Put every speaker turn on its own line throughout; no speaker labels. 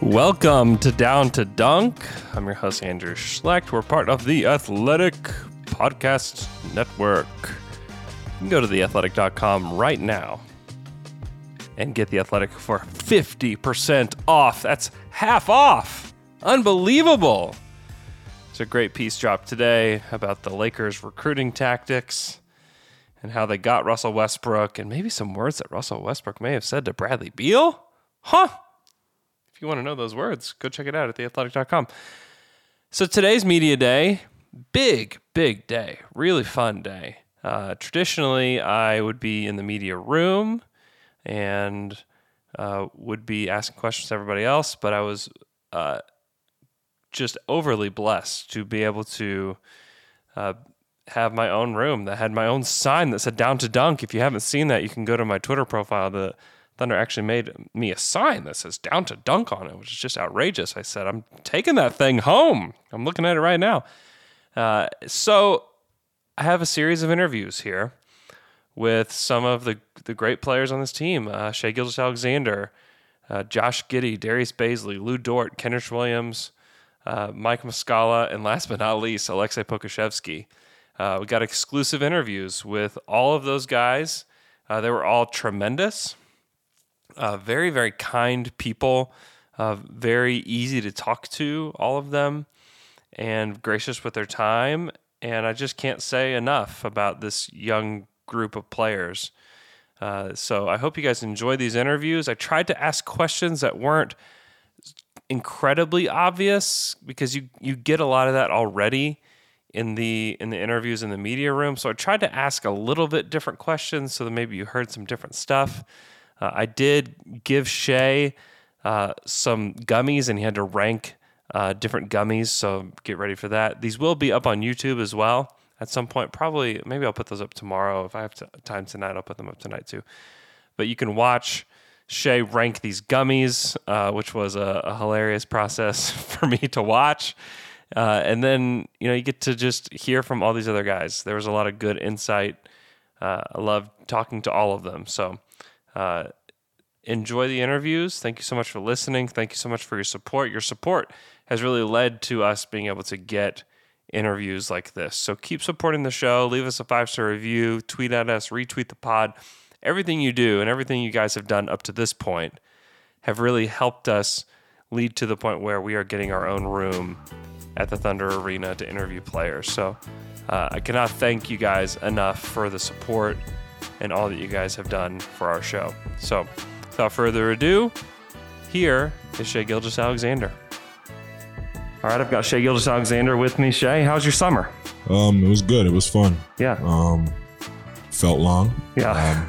Welcome to Down to Dunk. I'm your host, Andrew Schlecht. We're part of the Athletic Podcast Network. You can go to theathletic.com right now and get The Athletic for 50% off. That's half off. Unbelievable. It's a great piece dropped today about the Lakers' recruiting tactics and how they got Russell Westbrook and maybe some words that Russell Westbrook may have said to Bradley Beal. Huh. If you want to know those words, go check it out at theathletic.com. So today's media day, big, big day, really fun day. Uh, traditionally, I would be in the media room and uh, would be asking questions to everybody else, but I was uh, just overly blessed to be able to uh, have my own room that had my own sign that said down to dunk. If you haven't seen that, you can go to my Twitter profile. The Thunder actually made me a sign that says down to dunk on it, which is just outrageous. I said, I'm taking that thing home. I'm looking at it right now. Uh, so I have a series of interviews here with some of the, the great players on this team uh, Shea Gildas Alexander, uh, Josh Giddy, Darius Baisley, Lou Dort, Kenneth Williams, uh, Mike Muscala, and last but not least, Alexei Pokashevsky. Uh, we got exclusive interviews with all of those guys. Uh, they were all tremendous, uh, very, very kind people, uh, very easy to talk to, all of them and gracious with their time. And I just can't say enough about this young group of players. Uh, so I hope you guys enjoy these interviews. I tried to ask questions that weren't incredibly obvious because you you get a lot of that already in the in the interviews in the media room. So I tried to ask a little bit different questions so that maybe you heard some different stuff. Uh, I did give Shay uh, some gummies and he had to rank uh, different gummies. So get ready for that. These will be up on YouTube as well at some point. Probably maybe I'll put those up tomorrow if I have t- time tonight. I'll put them up tonight too but you can watch Shay rank these gummies, uh, which was a, a hilarious process for me to watch. Uh, and then you know you get to just hear from all these other guys. There was a lot of good insight. Uh, I love talking to all of them. So uh, enjoy the interviews. Thank you so much for listening. Thank you so much for your support. Your support has really led to us being able to get interviews like this. So keep supporting the show. Leave us a five star review, tweet at us, retweet the pod. Everything you do and everything you guys have done up to this point have really helped us lead to the point where we are getting our own room at the Thunder Arena to interview players. So uh, I cannot thank you guys enough for the support and all that you guys have done for our show. So without further ado, here is Shea Gilgis Alexander. All right, I've got Shea Gilgis Alexander with me. Shay, how's your summer?
Um, it was good. It was fun.
Yeah,
Um, felt long, Um,
yeah,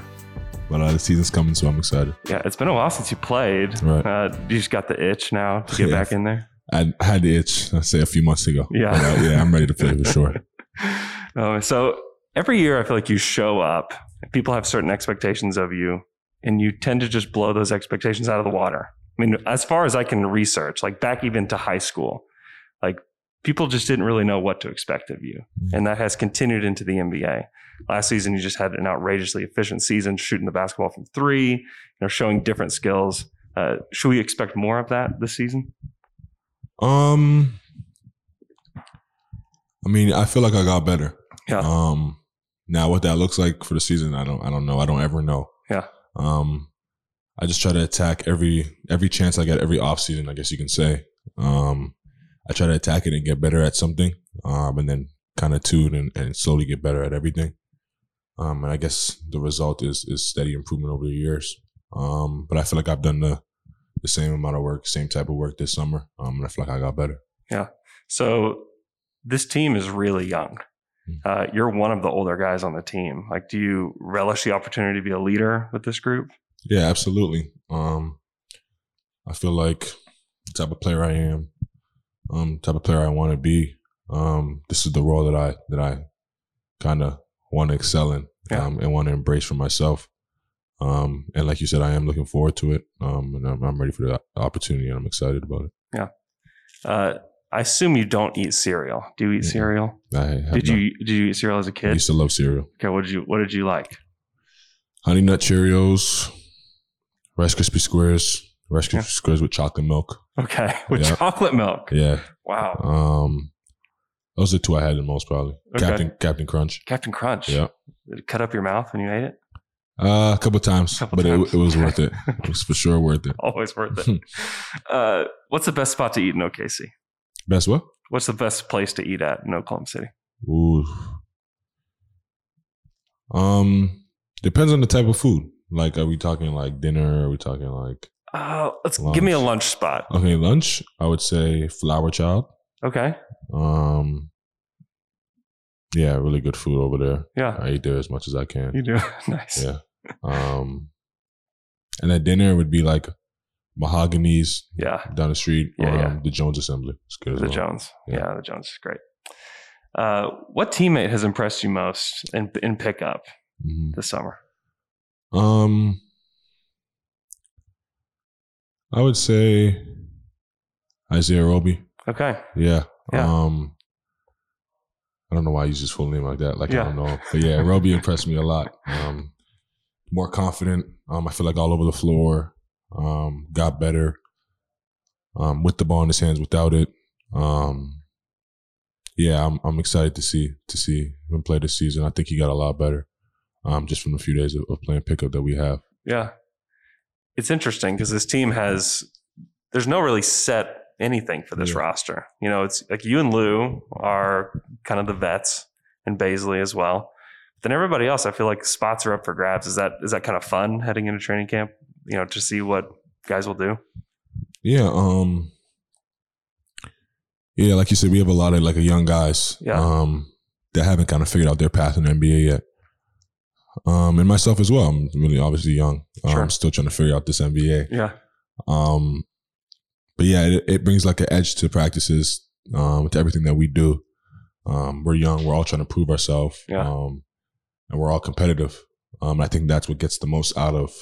but uh, the season's coming, so I'm excited.
yeah. It's been a while since you played.
Right.
Uh, you just got the itch now to get
Yeah.
back in there.
I I had the itch, I say, a few months ago.
Yeah.
But, uh, yeah, I'm ready to play for sure.
Um, so every year, I feel like you show up. People have certain expectations of you, and you tend to just blow those expectations out of the water. I mean, as far as I can research, like back even to high school, like people just didn't really know what to expect of you, and that has continued into the NBA. Last season, you just had an outrageously efficient season, shooting the basketball from three, you know, showing different skills. Uh, should we expect more of that this season?
Um, I mean, I feel like I got better.
Yeah.
Um, now what that looks like for the season, I don't, I don't know. I don't ever know.
Yeah.
Um, I just try to attack every every chance I get, every off season, I guess you can say. Um, I try to attack it and get better at something. Um, and then kind of tune and, and slowly get better at everything. Um, and I guess the result is is steady improvement over the years. Um, but I feel like I've done the the same amount of work, same type of work this summer. Um, and I feel like I got better.
So this team is really young.
Hmm.
Uh, you're one of the older guys on the team. Like, do you relish the opportunity to be a leader with this group?
Yeah, absolutely. Um, I feel like the type of player I am, um, type of player I want to be. Um, this is the role that I that I kind of want to excel in
Yeah.
um, and want to embrace for myself. Um, and like you said, I am looking forward to it. Um, and I'm, I'm ready for the opportunity, and I'm excited about it.
Uh, I assume you don't eat cereal. Do you eat
Mhm.
cereal?
I have
Did
not-
you did you eat cereal as a
I
kid?
used to love cereal,
Okay, what did you what did you like?
Honey Nut Cheerios, Rice Krispie Squares, Rice
Yeah.
squares with chocolate milk.
Okay. With
Yeah.
chocolate milk.
Yeah.
Wow.
Um, those are the two I had the most probably.
Okay.
Captain Captain Crunch.
Captain Crunch.
Yeah.
Did it cut up your mouth when you ate it?
Uh, a couple times,
Couple
but
times.
It, it was worth it. It was for sure worth it.
Always worth it. uh, what's the best spot to eat in OKC?
Best what?
What's the best place to eat at in Oklahoma City?
Ooh. Um, depends on the type of food. Like, are we talking like dinner? Are we talking like
Uh, let's give me a lunch spot.
okay lunch? I would say Flower Child.
Okay.
Um, yeah, really good food over there.
Yeah.
I eat there as much as I can.
You do. nice.
Yeah. Um, and at dinner would be like Mahogany's
Yeah.
down the street or
Yeah, yeah.
um, the Jones Assembly. It's good as
The
well.
Jones. Yeah.
Yeah.
the Jones is great. Uh, what teammate has impressed you most in, in pickup
Mhm.
this summer?
Um, I would say Isaiah Roby.
Okay.
Yeah.
Yeah.
Um, I don't know why I use his full name like that. Like
Yeah.
I don't know, but yeah, Roby impressed me a lot. Um, more confident. Um, I feel like all over the floor. Um, got better. Um, with the ball in his hands, without it. Um, yeah, I'm I'm excited to see to see him play this season. I think he got a lot better. Um, just from the few days of, of playing pickup that we have.
Yeah. It's interesting because this team has, there's no really set anything for this
Yeah.
roster. You know, it's like you and Lou are kind of the vets and Baisley as well. Then everybody else, I feel like spots are up for grabs. Is that is that kind of fun heading into training camp? You know, to see what guys will do.
Yeah. Um. Yeah, like you said, we have a lot of like young guys.
Yeah.
Um, that haven't kind of figured out their path in the NBA yet. Um, and myself as well. I'm really obviously young. Um,
Sure.
Still trying to figure out this NBA.
Yeah,
Um, but yeah, it, it brings like an edge to practices, um, to everything that we do. Um, we're young. We're all trying to prove ourselves.
Yeah.
Um, and we're all competitive. Um, and I think that's what gets the most out of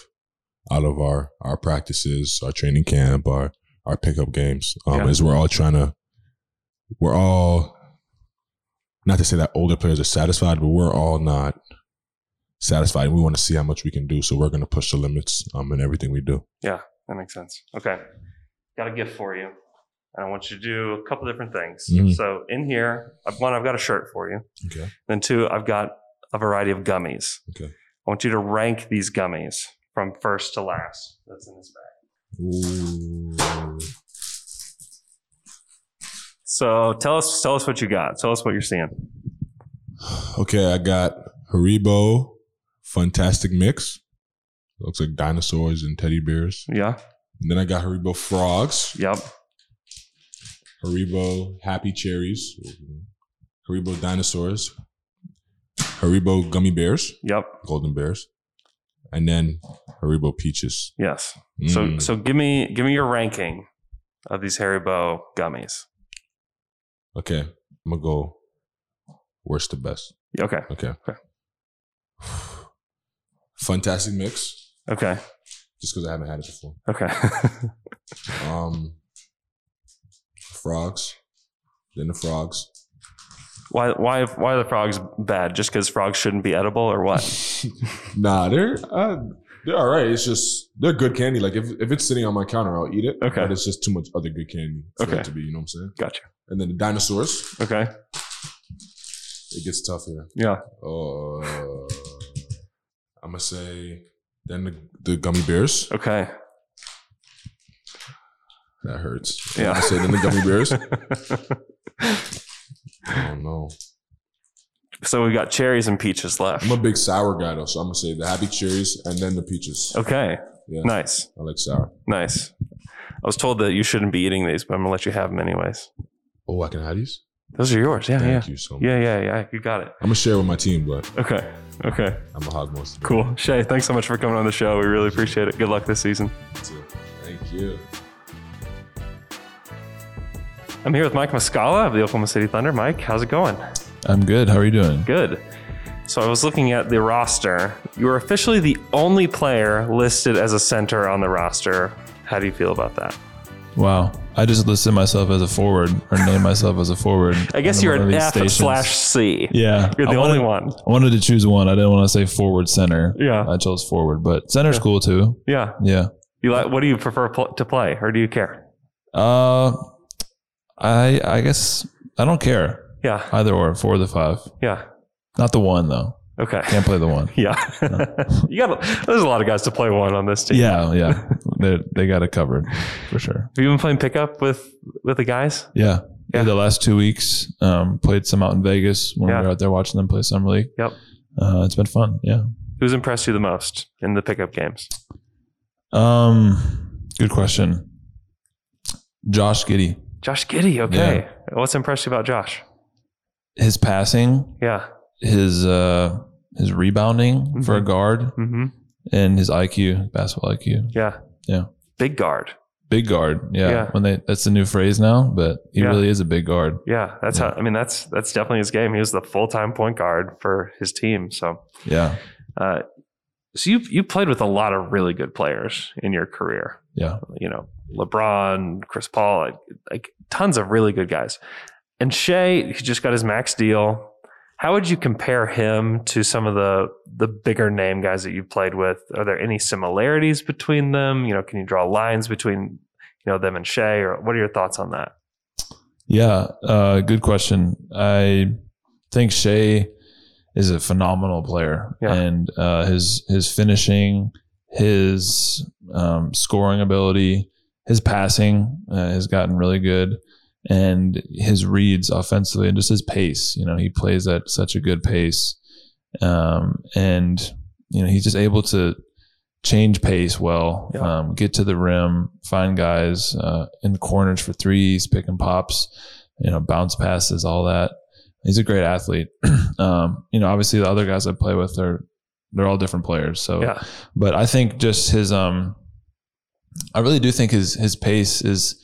out of our our practices, our training camp, our our pickup games. Um,
Yeah.
is we're all trying to. We're all. Not to say that older players are satisfied, but we're all not satisfied. We want to see how much we can do, so we're going to push the limits um, in everything we do.
that makes sense. Okay, got a gift for you, and I want you to do a couple different things.
Mhm.
So in here, I've- one, I've got a shirt for you.
Okay.
Then two, I've got a variety of gummies.
Okay.
I want you to rank these gummies from first to last. That's in this bag.
Ooh.
So tell us, tell us what you got. Tell us what you're seeing.
Okay, I got Haribo Fantastic Mix. Looks like dinosaurs and teddy bears.
Yeah.
And then I got Haribo Frogs,
Yep.
Haribo Happy Cherries, Haribo Dinosaurs, Haribo Gummy Bears,
Yep.
Golden Bears, and then Haribo Peaches.
Yes.
Mm.
So so give me give me your ranking of these Haribo gummies.
okay, I'm gonna go worst to best.
Okay.
Okay.
Okay.
Fantastic Mix,
Okay.
just because I haven't had it before.
Okay.
Um, frogs. Then the frogs.
why why why are the frogs bad? Just because frogs shouldn't be edible or what?
nah, they're uh, they're all right. It's just they're good candy. Like if, if it's sitting on my counter, I'll eat it.
Okay.
but it's just too much other good candy. For
Okay.
it to be, you know what I'm saying.
Gotcha.
And then the dinosaurs.
Okay.
It gets tough here.
Yeah.
Uh, I'm gonna say then the, the gummy bears.
Okay.
That hurts.
Yeah.
I'm gonna say then the gummy bears. Oh, I don't know.
so we've got cherries and peaches left.
I'm a big sour guy though, so I'm gonna say the happy cherries and then the peaches.
Okay.
Yeah.
Nice.
I like sour.
Nice. I was told that you shouldn't be eating these, but I'm gonna let you have them anyways.
Oh, I can have these.
Those are yours. Yeah.
Thank you so much.
yeah. Yeah. Yeah. Yeah. You got it.
I'm gonna share with my team, but
Okay. Okay.
I'm a hog most of it.
Cool. Shay, thanks so much for coming on the show. We really appreciate it. Good luck this season.
too. Thank you.
I'm here with Mike Muscala of the Oklahoma City Thunder. Mike, how's it going?
I'm good. How are you doing?
Good. So I was looking at the roster. You are officially the only player listed as a center on the roster. How do you feel about that?
Wow. I just listed myself as a forward or named myself as a forward.
I guess
on
you're
one of
an
these
F
stations.
slash C.
Yeah.
You're the
I
only
wanted,
one.
I wanted to choose one. I didn't want to say forward center.
Yeah.
I chose forward, but center's cool too.
Yeah.
Yeah.
You like? What do you prefer pl- to play, or do you care?
Uh, I I guess I don't care
Yeah,
either or four of the five.
yeah.
Not the one though.
Okay.
Can't play the one.
Yeah, you got. There's a lot of guys to play one on this team.
Yeah, yeah. They they got it covered for sure.
Have you been playing pickup with with the guys?
Yeah.
Yeah.
Yeah. The last two weeks, um, played some out in Vegas when
Yeah.
we were out there watching them play summer league.
Yep.
Uh, it's been fun. Yeah.
Who's impressed you the most in the pickup games?
Um, good question. Josh Giddy,
Josh Giddy. Okay. What's impressed you about Josh?
his passing,
Yeah.
his uh, his rebounding for a guard,
Mm-hmm.
and his IQ, basketball IQ,
Yeah.
Yeah.
Big guard.
big guard. Yeah,
Yeah.
when they that's the new phrase now, but he
Yeah.
really is a big guard.
Yeah. That's
Yeah.
how. I mean, that's that's definitely his game. He was the full time point guard for his team. So,
Yeah,
uh, so you you played with a lot of really good players in your career.
yeah,
you know, LeBron, Chris Paul, like, like tons of really good guys. And Shea, he just got his max deal. How would you compare him to some of the the bigger name guys that you've played with? Are there any similarities between them? You know, can you draw lines between you know them and Shea, or what are your thoughts on that?
yeah. Uh, good question. I think Shea is a phenomenal player,
Yeah.
and uh, his his finishing, his um, scoring ability, his passing uh, has gotten really good, and his reads offensively, and just his pace. You know, he plays at such a good pace, um, and you know he's just able to change pace well,
Yeah.
um, get to the rim, find guys uh, in the corners for threes, pick and pops, you know, bounce passes, all that. He's a great athlete. um, you know, obviously the other guys I play with are they're all different players. So,
Yeah.
but I think just his um, I really do think his his pace is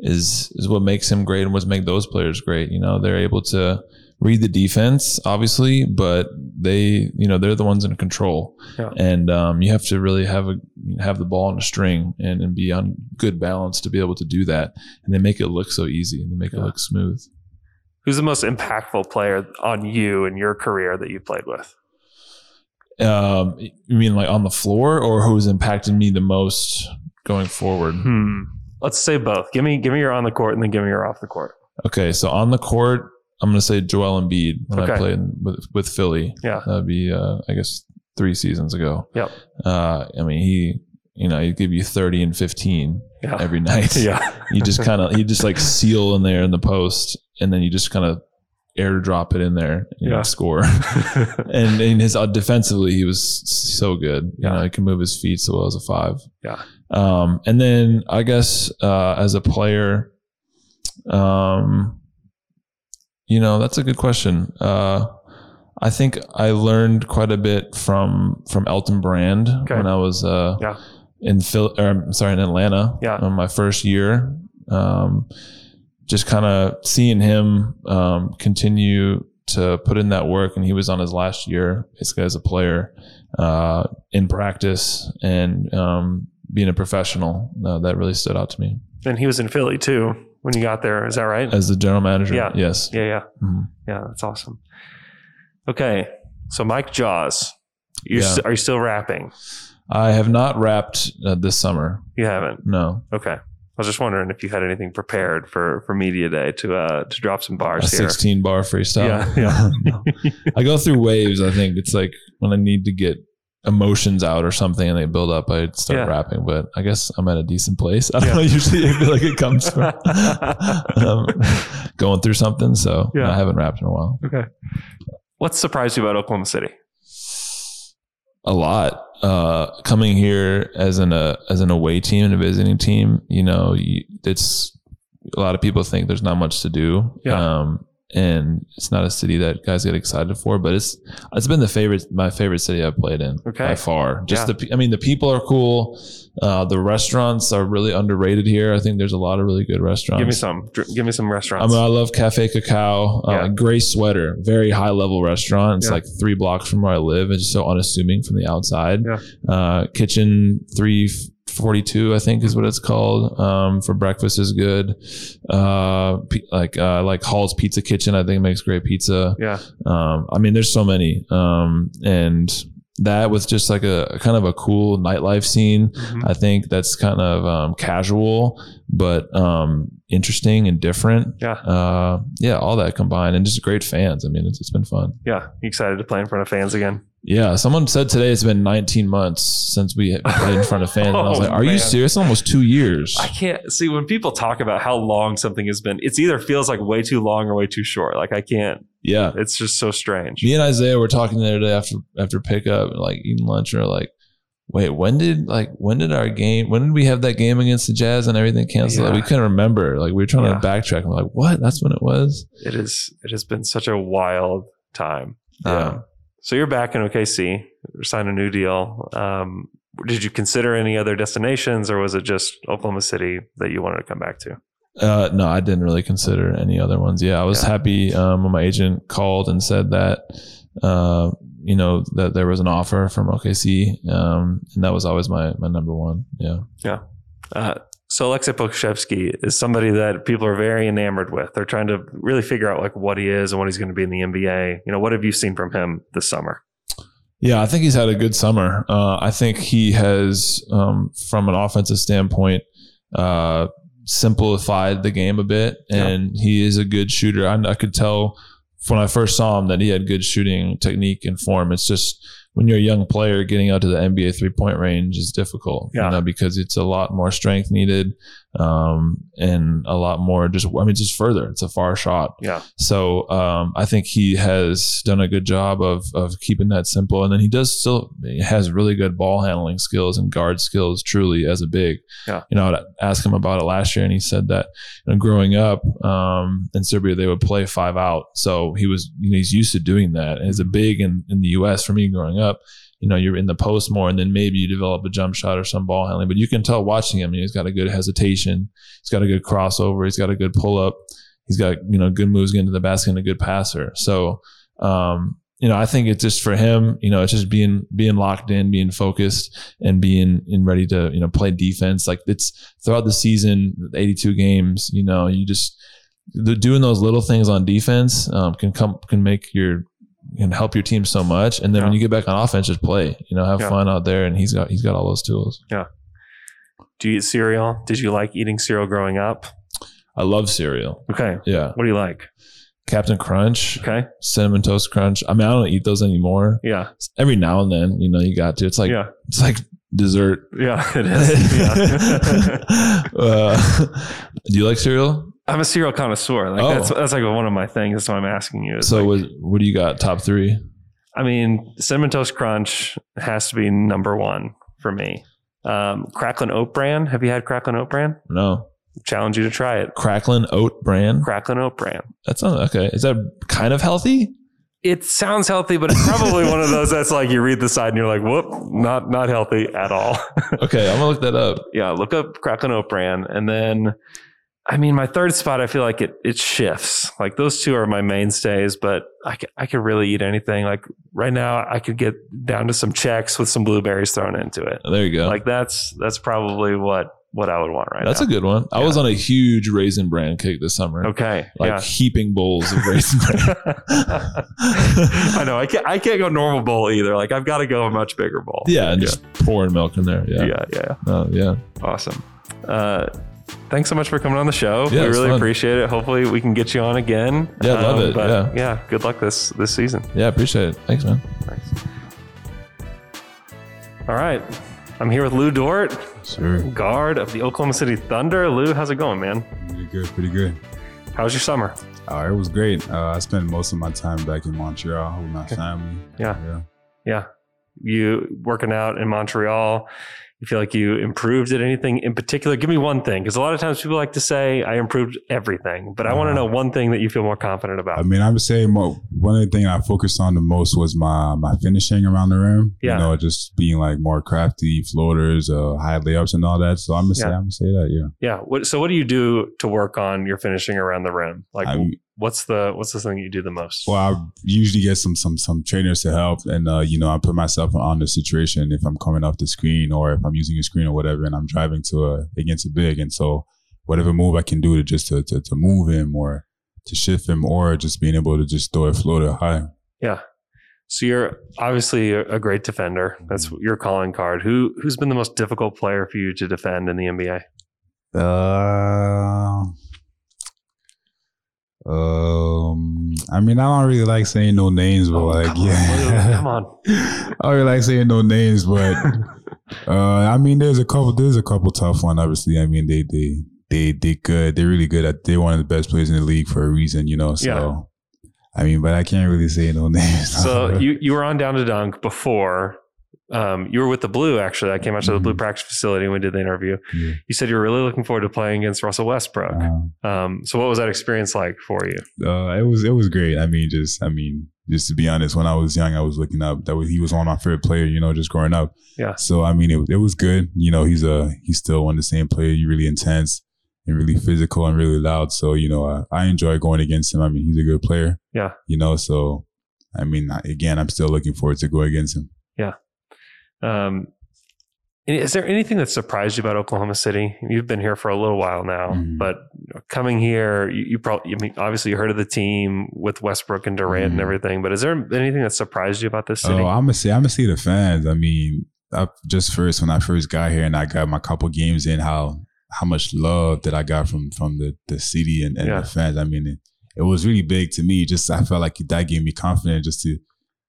is is what makes him great and what's make those players great. You know, they're able to read the defense, obviously, but they you know they're the ones in control,
Yeah.
and um, you have to really have a have the ball on a string and, and be on good balance to be able to do that. And they make it look so easy and they make
Yeah.
it look smooth.
Who's the most impactful player on you in your career that you played with?
Um, you mean like on the floor, or who's impacted me the most going forward?
Hmm. Let's say both. Give me give me your on the court and then give me your off the court.
Okay, so on the court, I'm going to say Joel Embiid when
Okay.
I played with, with Philly.
Yeah.
That'd be, uh, I guess, three seasons ago.
Yep.
Uh, I mean, he, you know, he'd give you 30 and 15
Yeah.
every night.
yeah.
You just kind of, you just like seal in there in the post, and then you just kind of air drop it in there and
Yeah.
score. and and his uh, defensively, he was so good. You know, he can move his feet so well as a five.
Yeah.
Um, and then I guess uh, as a player, um, you know, that's a good question. Uh, I think I learned quite a bit from from Elton Brand
Okay.
when I was uh,
Yeah.
in Phil. Or, I'm sorry, in Atlanta.
Yeah.
on my first year. Um, just kind of seeing him um, continue to put in that work, and he was on his last year basically as a player uh, in practice and um, being a professional. Uh, that really stood out to me
and he was in Philly too when you got there. Is that right?
as the general manager.
Yeah.
Yes.
Yeah, yeah,
Mhm.
yeah. That's awesome. Okay, so Mike Jaws, you
Yeah.
are you still rapping?
I have not rapped uh, this summer.
You haven't.
No,
Okay, I was just wondering if you had anything prepared for for media day to uh to drop some
a
bars here.
16 bar freestyle.
Yeah, yeah.
No. I go through waves. I think it's like when I need to get emotions out or something and they build up, I start
Yeah.
rapping. But I guess I'm at a decent place. I don't
Yeah.
know. Usually, I feel like it comes from um, going through something. So
Yeah.
I haven't rapped in a while.
Okay. What surprised you about Oklahoma City?
a lot uh coming here as an uh, as an away team and a visiting team you know you, it's a lot of people think there's not much to do
Yeah.
um and it's not a city that guys get excited for but it's it's been the favorite my favorite city i've played in
Okay.
by far just
Yeah.
the pe- i mean the people are cool uh the restaurants are really underrated here i think there's a lot of really good restaurants
Give me some. Dr- give me some
I
restaurants.
mean, I love Cafe Cacao. Uh,
Yeah.
Gray Sweater, very high level restaurant. It's
Yeah.
like three blocks from where I live. It's so unassuming from the outside.
Yeah.
Uh, kitchen 342, I think is what it's called. Um, for breakfast is good. Uh, p- like, uh, like Hall's Pizza Kitchen, I think makes great pizza.
yeah.
Um, I mean, there's so many. Um, and that with just like a kind of a cool nightlife scene.
Mm-hmm.
I think that's kind of um, casual, but um, interesting and different.
Yeah.
Uh, yeah, all that combined and just great fans. I mean, it's, it's been fun.
Yeah. You excited to play in front of fans again?
Yeah. Someone said today it's been 19 months since we played in front of fans. and I was
Oh,
like, are
man.
you serious? Almost two years.
I can't see when people talk about how long something has been, it's either feels like way too long or way too short. Like I can't,
Yeah.
it's just so strange.
Me and Isaiah were talking the other day after after pickup and like eating lunch and we're like, wait, when did like when did our game when did we have that game against the Jazz and everything canceled? Like, we
Yeah.
couldn't remember. Like we were trying
Yeah.
to backtrack and we're like, what? That's when it was?
It is, it has been such a wild time.
Yeah.
Um, so you're back in OKC, signed a new deal. Um, did you consider any other destinations or was it just Oklahoma City that you wanted to come back to?
Uh, no, I didn't really consider any other ones. Yeah, I was
Yeah.
happy um, when my agent called and said that, uh, you know, that there was an offer from OKC, um, and that was always my my number one. Yeah,
Uh, so Alexei Pokushevsky is somebody that people are very enamored with. They're trying to really figure out like what he is and what he's going to be in the NBA. You know, what have you seen from him this summer?
yeah, I think he's had a good summer. Uh, I think he has, um, from an offensive standpoint, uh, simplified the game a bit,
Yeah.
and he is a good shooter. I, I could tell when I first saw him that he had good shooting technique and form. It's just when you're a young player, getting out to the NBA three point range is difficult,
Yeah.
you know, because it's a lot more strength needed, um, and a lot more just, I mean, just further. It's a far shot.
Yeah.
So, um, I think he has done a good job of, of keeping that simple. And then he does still he has really good ball handling skills and guard skills truly as a big,
Yeah.
you know, I'd ask him about it last year and he said that you know, growing up um, in Serbia, they would play five out. So he was, you know, he's used to doing that. As a big in, in the U.S. for me growing up, you know, you're in the post more, and then maybe you develop a jump shot or some ball handling. But you can tell watching him, you know, he's got a good hesitation, he's got a good crossover, he's got a good pull up, he's got you know good moves getting to the basket and a good passer. So. Um, you know, I think it's just for him. You know, it's just being being locked in, being focused, and being and ready to you know play defense. Like it's throughout the season, 82 games, you know, you just the, doing those little things on defense um, can come can make your can help your team so much. And then when
Yeah.
you get back on offense, just play, you know, have
Yeah.
fun out there. And he's got he's got all those tools.
Do you eat cereal? Did you like eating cereal growing up?
I love cereal.
Okay.
Yeah,
What do you like?
Captain Crunch,
Okay.
Cinnamon Toast Crunch. I mean, I don't eat those anymore.
Yeah.
Every now and then, you know, you got to. It's like
yeah.
it's like dessert.
Yeah. It is. Yeah.
uh, do you like cereal?
I'm a cereal connoisseur. Like
Oh.
that's that's like one of my things. That's why I'm asking you. It's
So,
like-
what, what do you got? Top three?
I mean, cinnamon toast crunch has to be number one for me. Um, Cracklin Oat Bran. Have you had Cracklin Oat Bran?
No,
Challenge you to try it.
Cracklin Oat Bran.
Cracklin Oat Bran.
That's not okay. Is that kind of healthy?
It sounds healthy, but it's probably one of those that's like you read the side and you're like, whoop, not not healthy at all.
Okay, I'm gonna look that up.
yeah, look up Cracklin Oat Bran. And then I mean my third spot, I feel like it it shifts. Like those two are my mainstays, but I could, I could really eat anything. Like right now I could get down to some checks with some blueberries thrown into it.
There you go.
Like that's that's probably what what I would want right
That's
now.
a good one. I was on a huge raisin bran kick this summer,
okay.
like heaping bowls of raisin bran.
yeah. I know. I can't I can't go normal bowl either. Like I've got to go a much bigger bowl.
Yeah, and just pouring milk in there.
yeah.
Yeah,
Yeah, yeah.
Oh, yeah.
Awesome. Uh Thanks so much for coming on the show.
Yeah, it
we
was
really
fun.
appreciate it. Hopefully, we can get you on again. Um,
Yeah, love it.
but yeah, good luck this this season.
yeah. Appreciate it. Thanks, man.
Thanks. All right, I'm here with Lou Dort,
Sure.
guard of the Oklahoma City Thunder. Lou, how's it going, man?
Pretty good, pretty good.
How's your summer?
Uh, it was great. Uh, I spent most of my time back in Montreal with my family.
Yeah.
yeah.
Yeah. You working out in Montreal, you feel like you improved at anything in particular? Give me one thing, because a lot of times people like to say, I improved everything, but I want to
Uh-huh.
know one thing that you feel more confident about.
I mean, I would say mo- one of the things I focused on the most was my my finishing around the rim.
Yeah.
You know, just being like more crafty floaters, uh, high layups, and all that. So I'm gonna say,
Yeah.
I'm gonna say that. Yeah.
yeah. What, so, what do you do to work on your finishing around the rim? Like,
I'm-
what's the what's the thing you do the most?
Well, I usually get some some some trainers to help, and uh, you know, I put myself on the situation if I'm coming off the screen or if I'm using a screen or whatever, and I'm driving to a against a big, and so whatever move I can do to just to to, to move him or to shift him or just being able to just throw a floater high.
So you're obviously a a great defender.
Mhm.
That's your calling card. Who who's been the most difficult player for you to defend in the NBA?
Uh, um, I mean, I don't really like saying no names, but Oh, like,
come on,
yeah,
come on.
I don't really like saying no names, but uh, I mean, there's a couple, there's a couple tough one. Obviously, I mean, they they they they good. They're really good at. They're one of the best players in the league for a reason, you know. So,
Yeah.
I mean, but I can't really say no names.
So you you were on down to dunk before. Um, you were with the Blue actually. I came out to the
Mhm.
Blue practice facility and we did the interview.
Yeah.
You said you were really looking forward to playing against Russell Westbrook.
Uh,
Um, so what was that experience like for you?
uh, it was it was great. I mean, just I mean, just to be honest, when I was young, I was looking up. That was, he was one of my favorite player, you know, just growing up.
Yeah.
So I mean, it, it was good. You know, he's a he's still one of the same player. You really intense and really physical and really loud. So you know, I, I enjoy going against him. I mean, he's a good player.
Yeah.
You know, so I mean, I- again, I'm still looking forward to go against him.
Um, and is there anything that surprised you about Oklahoma City? You've been here for a little while now,
Mhm.
but coming here, you, you probably, I mean, obviously you heard of the team with Westbrook and Durant and
Mhm.
everything, but is there anything that surprised you about this city?
Oh, I'm gonna say I'm gonna see the fans. I mean, I just first when I first got here and I got my couple games in, how how much love that I got from from the the city and, and
Yeah.
the fans. I mean, it, it was really big to me. Just I felt like that gave me confidence just to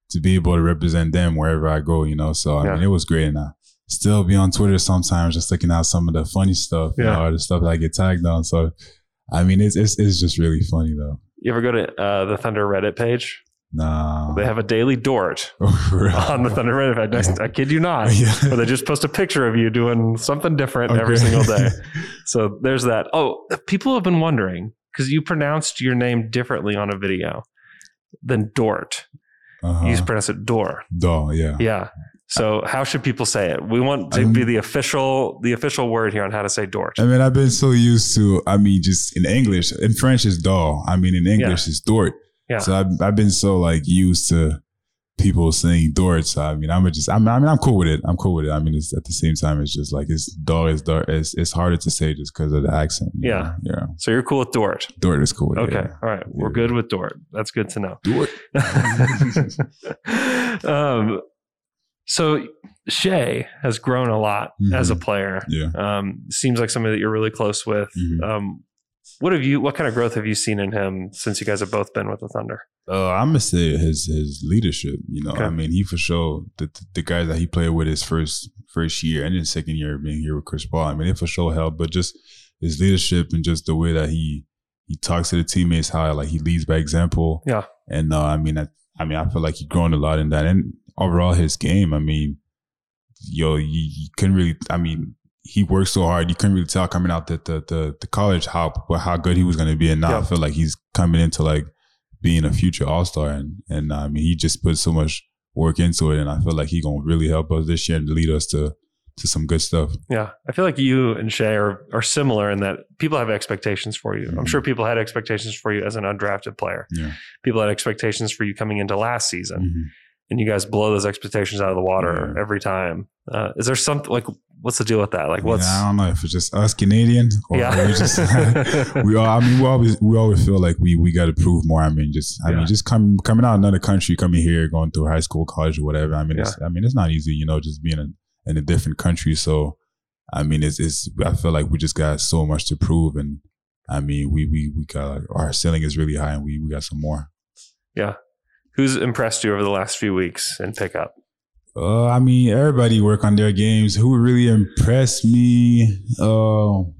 to be able to represent them wherever I go. You know, so I
Yeah.
mean, it was great, and I still be on Twitter sometimes, just looking out some of the funny stuff, you
Yeah.
know, or the stuff that I get tagged on. So, I mean, it's it's, it's just really funny though.
you ever go to uh, the Thunder Reddit page?
Nah,
They have a daily Dort
Uh-huh.
on the Thunder Reddit. page. Next, I kid you not.
yeah.
Where they just post a picture of you doing something different every
Okay.
single day. So there's that. Oh, people have been wondering because you pronounced your name differently on a video than Dort.
Uh-huh.
You just pronounce it door.
Dull, yeah.
Yeah. So how should people say it? We want to
Um,
be the official the official word here on how to say dort.
I mean, I've been so used to, I mean, just in English, in French is doll. I mean, in English it's dort.
Yeah.
So I've, I've been so like used to people saying dort. So I mean, I'm just, I'm, I mean, I'm cool with it. I'm cool with it. I mean, it's at the same time, it's just like, it's dull, it's dark. It's, it's harder to say just because of the accent. you
Yeah.
know? Yeah.
So you're cool with dort.
Dort is cool.
Okay.
Yeah.
All right. We're
Yeah.
good with dort. That's good to know.
Dort.
um, so Shay has grown a lot
Mhm.
as a player.
Yeah.
Um, seems like somebody that you're really close with.
Mhm.
Um, what have you? What kind of growth have you seen in him since you guys have both been with the Thunder?
Uh, I'm gonna say his his leadership. You know,
Okay.
I mean, he for sure the the guys that he played with his first first year and his second year being here with Chris Paul. I mean, it for sure helped, but just his leadership and just the way that he he talks to the teammates, how like he leads by example.
Yeah.
and uh, I mean, I, I mean, I feel like he grown a lot in that, and overall his game. I mean, yo, you, you couldn't really. I mean. He worked so hard. You couldn't really tell coming out the the the, the college how how good he was going to be, and now
Yeah.
I feel like he's coming into like being a future all star, and and I mean he just put so much work into it, and I feel like he gonna really help us this year and lead us to to some good stuff.
Yeah, I feel like you and Shay are are similar in that people have expectations for you. I'm
Mhm.
sure people had expectations for you as an undrafted player.
Yeah. Mm-hmm.
People had expectations for you coming into last season, and you guys blow those expectations out of the water
Yeah.
every time. Uh, is there something like what's the deal with that? Like,
Well,
what's
I don't know if it's just us Canadian or
yeah?
we just we all I mean we always we always feel like we we got to prove more. I mean just I
Yeah.
mean just come coming out of another country, coming here, going through high school, college, or whatever. I mean it's I mean it's not easy, you know, just being in, in a different country. So I mean it's it's I feel like we just got so much to prove, and I mean we we we got our ceiling is really high, and we we got some more.
Who's impressed you over the last few weeks in pickup?
Uh, I mean, everybody work on their games. Who really impressed me? Um,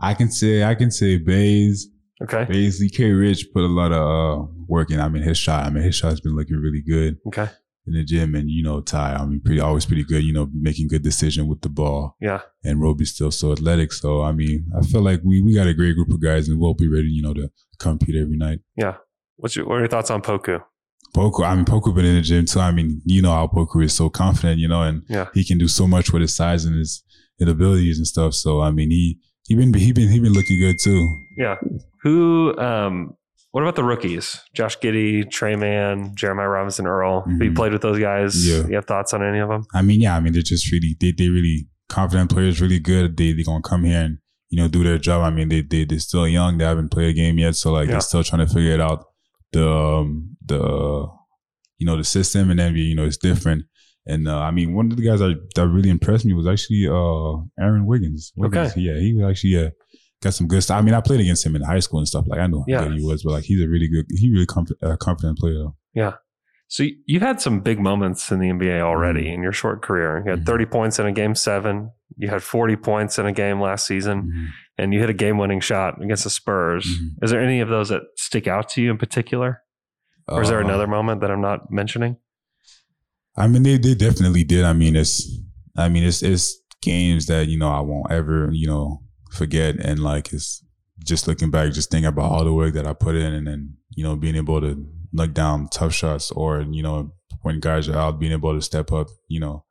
I can say I can say Bays.
Okay,
Bays K Rich put a lot of uh, work in. I mean, his shot. I mean, his shot's been looking really good
okay,
in the gym, and you know, Ty. I mean, pretty always pretty good. You know, making good decision with the ball,
yeah,
and Roby's still so athletic. So I mean, I feel like we we got a great group of guys, and we'll be ready. You know, to compete every night.
yeah. What's your, what are your thoughts on Poku?
Poku, I mean, Poku been in the gym too. I mean, you know how Poku is so confident, you know, and
Yeah.
he can do so much with his size and his, his abilities and stuff. So I mean, he he been he been he been looking good too.
Who? Um, what about the rookies? Josh Giddy, Trey Man, Jeremiah Robinson Earl. Have You
Mhm.
played with those guys.
Yeah.
You have thoughts on any of them?
I mean, yeah, I mean, they're just really they they really confident players, really good. They they gonna come here and you know do their job. I mean, they they they're still young. They haven't played a game yet, so like
Yeah.
they're still trying to figure it out. The um, the you know, the system in NBA, you know, is different. And uh, I mean, one of the guys that, that really impressed me was actually uh, Aaron Wiggins. Wiggins.
Okay.
Yeah, he was actually uh, got some good stuff. I mean, I played against him in high school and stuff. Like I knew how
Yeah.
good he was, but like he's a really good, he really comf- uh, confident player.
So y- you've had some big moments in the NBA
Mm-hmm.
already in your short career. You had
Mhm.
30 points in a game seven. You had 40 points in a game last
Mm-hmm.
season, and you hit a game-winning shot against the Spurs.
Mhm.
Is there any of those that stick out to you in particular, or is there
Uh,
another moment that I'm not mentioning?
I mean, they, they definitely did. I mean, it's I mean, it's it's games that you know I won't ever you know forget, and like it's just looking back, just thinking about all the work that I put in, and then you know being able to knock down tough shots, or you know when guys are out, being able to step up, you know,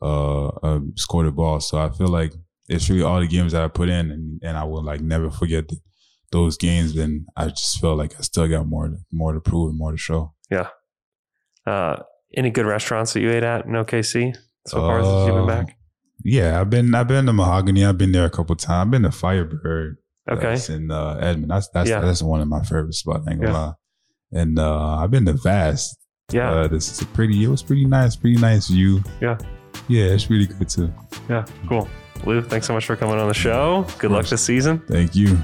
uh, um, score the ball. So I feel like it's really all the games that I put in, and, and I will like never forget th- those games. And I just feel like I still got more to- more to prove and more to show.
Uh, any good restaurants that you ate at in OKC so far since you've been
Uh,
back?
Yeah, I've been I've been to Mahogany. I've been there a couple times. I've been to Firebird.
Okay.
That's in uh, Edmond. That's that's
Yeah.
that's one of my favorite spots. I ain't gonna
Yeah.
lie. And uh, I've been to Vast.
yeah.
Uh, this is a pretty. It was pretty nice. Pretty nice view.
Yeah.
Yeah, it's really good too.
yeah. Cool. Lou, thanks so much for coming on the show. Good luck
course.
this season.
Thank you.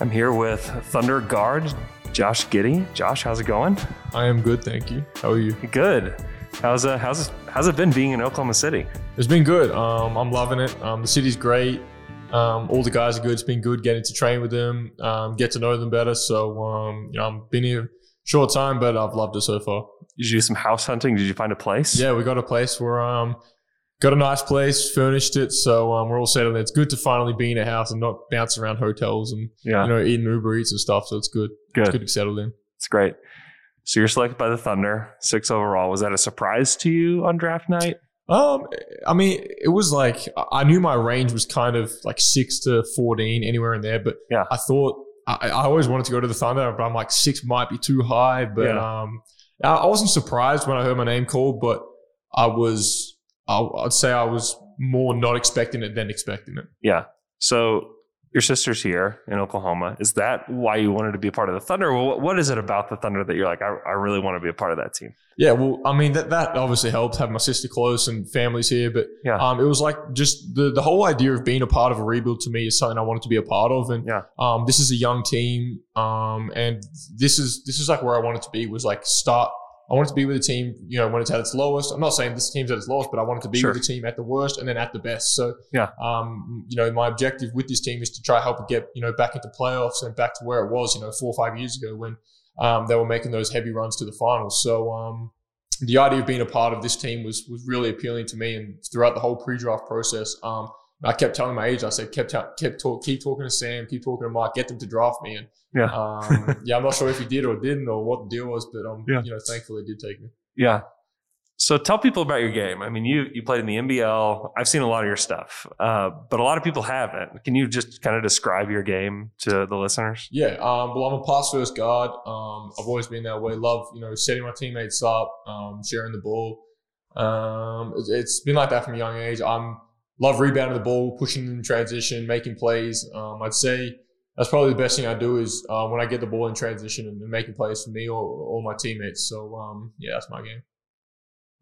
I'm here with Thunder Guard Josh Giddy. Josh, how's it going?
I am good, thank you. How are you?
Good. How's uh, how's how's it been being in Oklahoma City?
It's been good. Um, I'm loving it. Um, the city's great. Um, all the guys are good. It's been good getting to train with them, um, get to know them better. So, um, you know, I've been here short time, but I've loved it so far.
Did you do some house hunting? Did you find a place?
Yeah, we got a place where um, got a nice place, furnished it. So um, we're all set on it. It's good to finally be in a house and not bounce around hotels and
Yeah.
you know eating Uber Eats and stuff. So it's good. It's
good.
good to be settled in.
It's great. So you're selected by the Thunder, six overall. Was that a surprise to you on draft night?
Um, I mean, it was like I- I knew my range was kind of like six to fourteen, anywhere in there. But
Yeah.
I thought I, I always wanted to go to the Thunder, but I'm like six might be too high. But um, I, I wasn't surprised when I heard my name called, but I was I, I'd say I was more not expecting it than expecting it.
Yeah. So your sister's here in Oklahoma. Is that why you wanted to be a part of the Thunder? Well, what- what is it about the Thunder that you're like, I, I really want to be a part of that team?
Yeah, well, I mean that that obviously helped having my sister close and families here, but
Yeah.
um, it was like just the the whole idea of being a part of a rebuild to me is something I wanted to be a part of, and
Yeah.
um, this is a young team, um, and this is this is like where I wanted to be was like start. I wanted to be with a team, you know, when it's at its lowest. I'm not saying this team's at its lowest, but I wanted to be
Sure.
with a team at the worst and then at the best. So,
Yeah.
um, you know, my objective with this team is to try help it get you know back into playoffs and back to where it was, you know, four or five years ago when um, they were making those heavy runs to the finals. So um, the idea of being a part of this team was was really appealing to me. And throughout the whole pre-draft process, um, I kept telling my agent, I said, kept ta- kept talk, keep talking to Sam, keep talking to Mike, get them to draft me. And
Yeah.
um, yeah, I'm not sure if he did or didn't or what the deal was, but um,
Yeah.
you know, thankfully it did take me.
Yeah. So tell people about your game. I mean, you you played in the NBL. I've seen a lot of your stuff, uh, but a lot of people haven't. Can you just kind of describe your game to the listeners?
Yeah, um, well, I'm a pass first guard. Um, I've always been that way. Love, you know, setting my teammates up, um, sharing the ball. Um, it's- it's been like that from a young age. I'm love rebounding the ball, pushing in transition, making plays. Um, I'd say that's probably the best thing I do is uh, when I get the ball in transition and making plays for me or, or my teammates. So um, yeah, that's my game.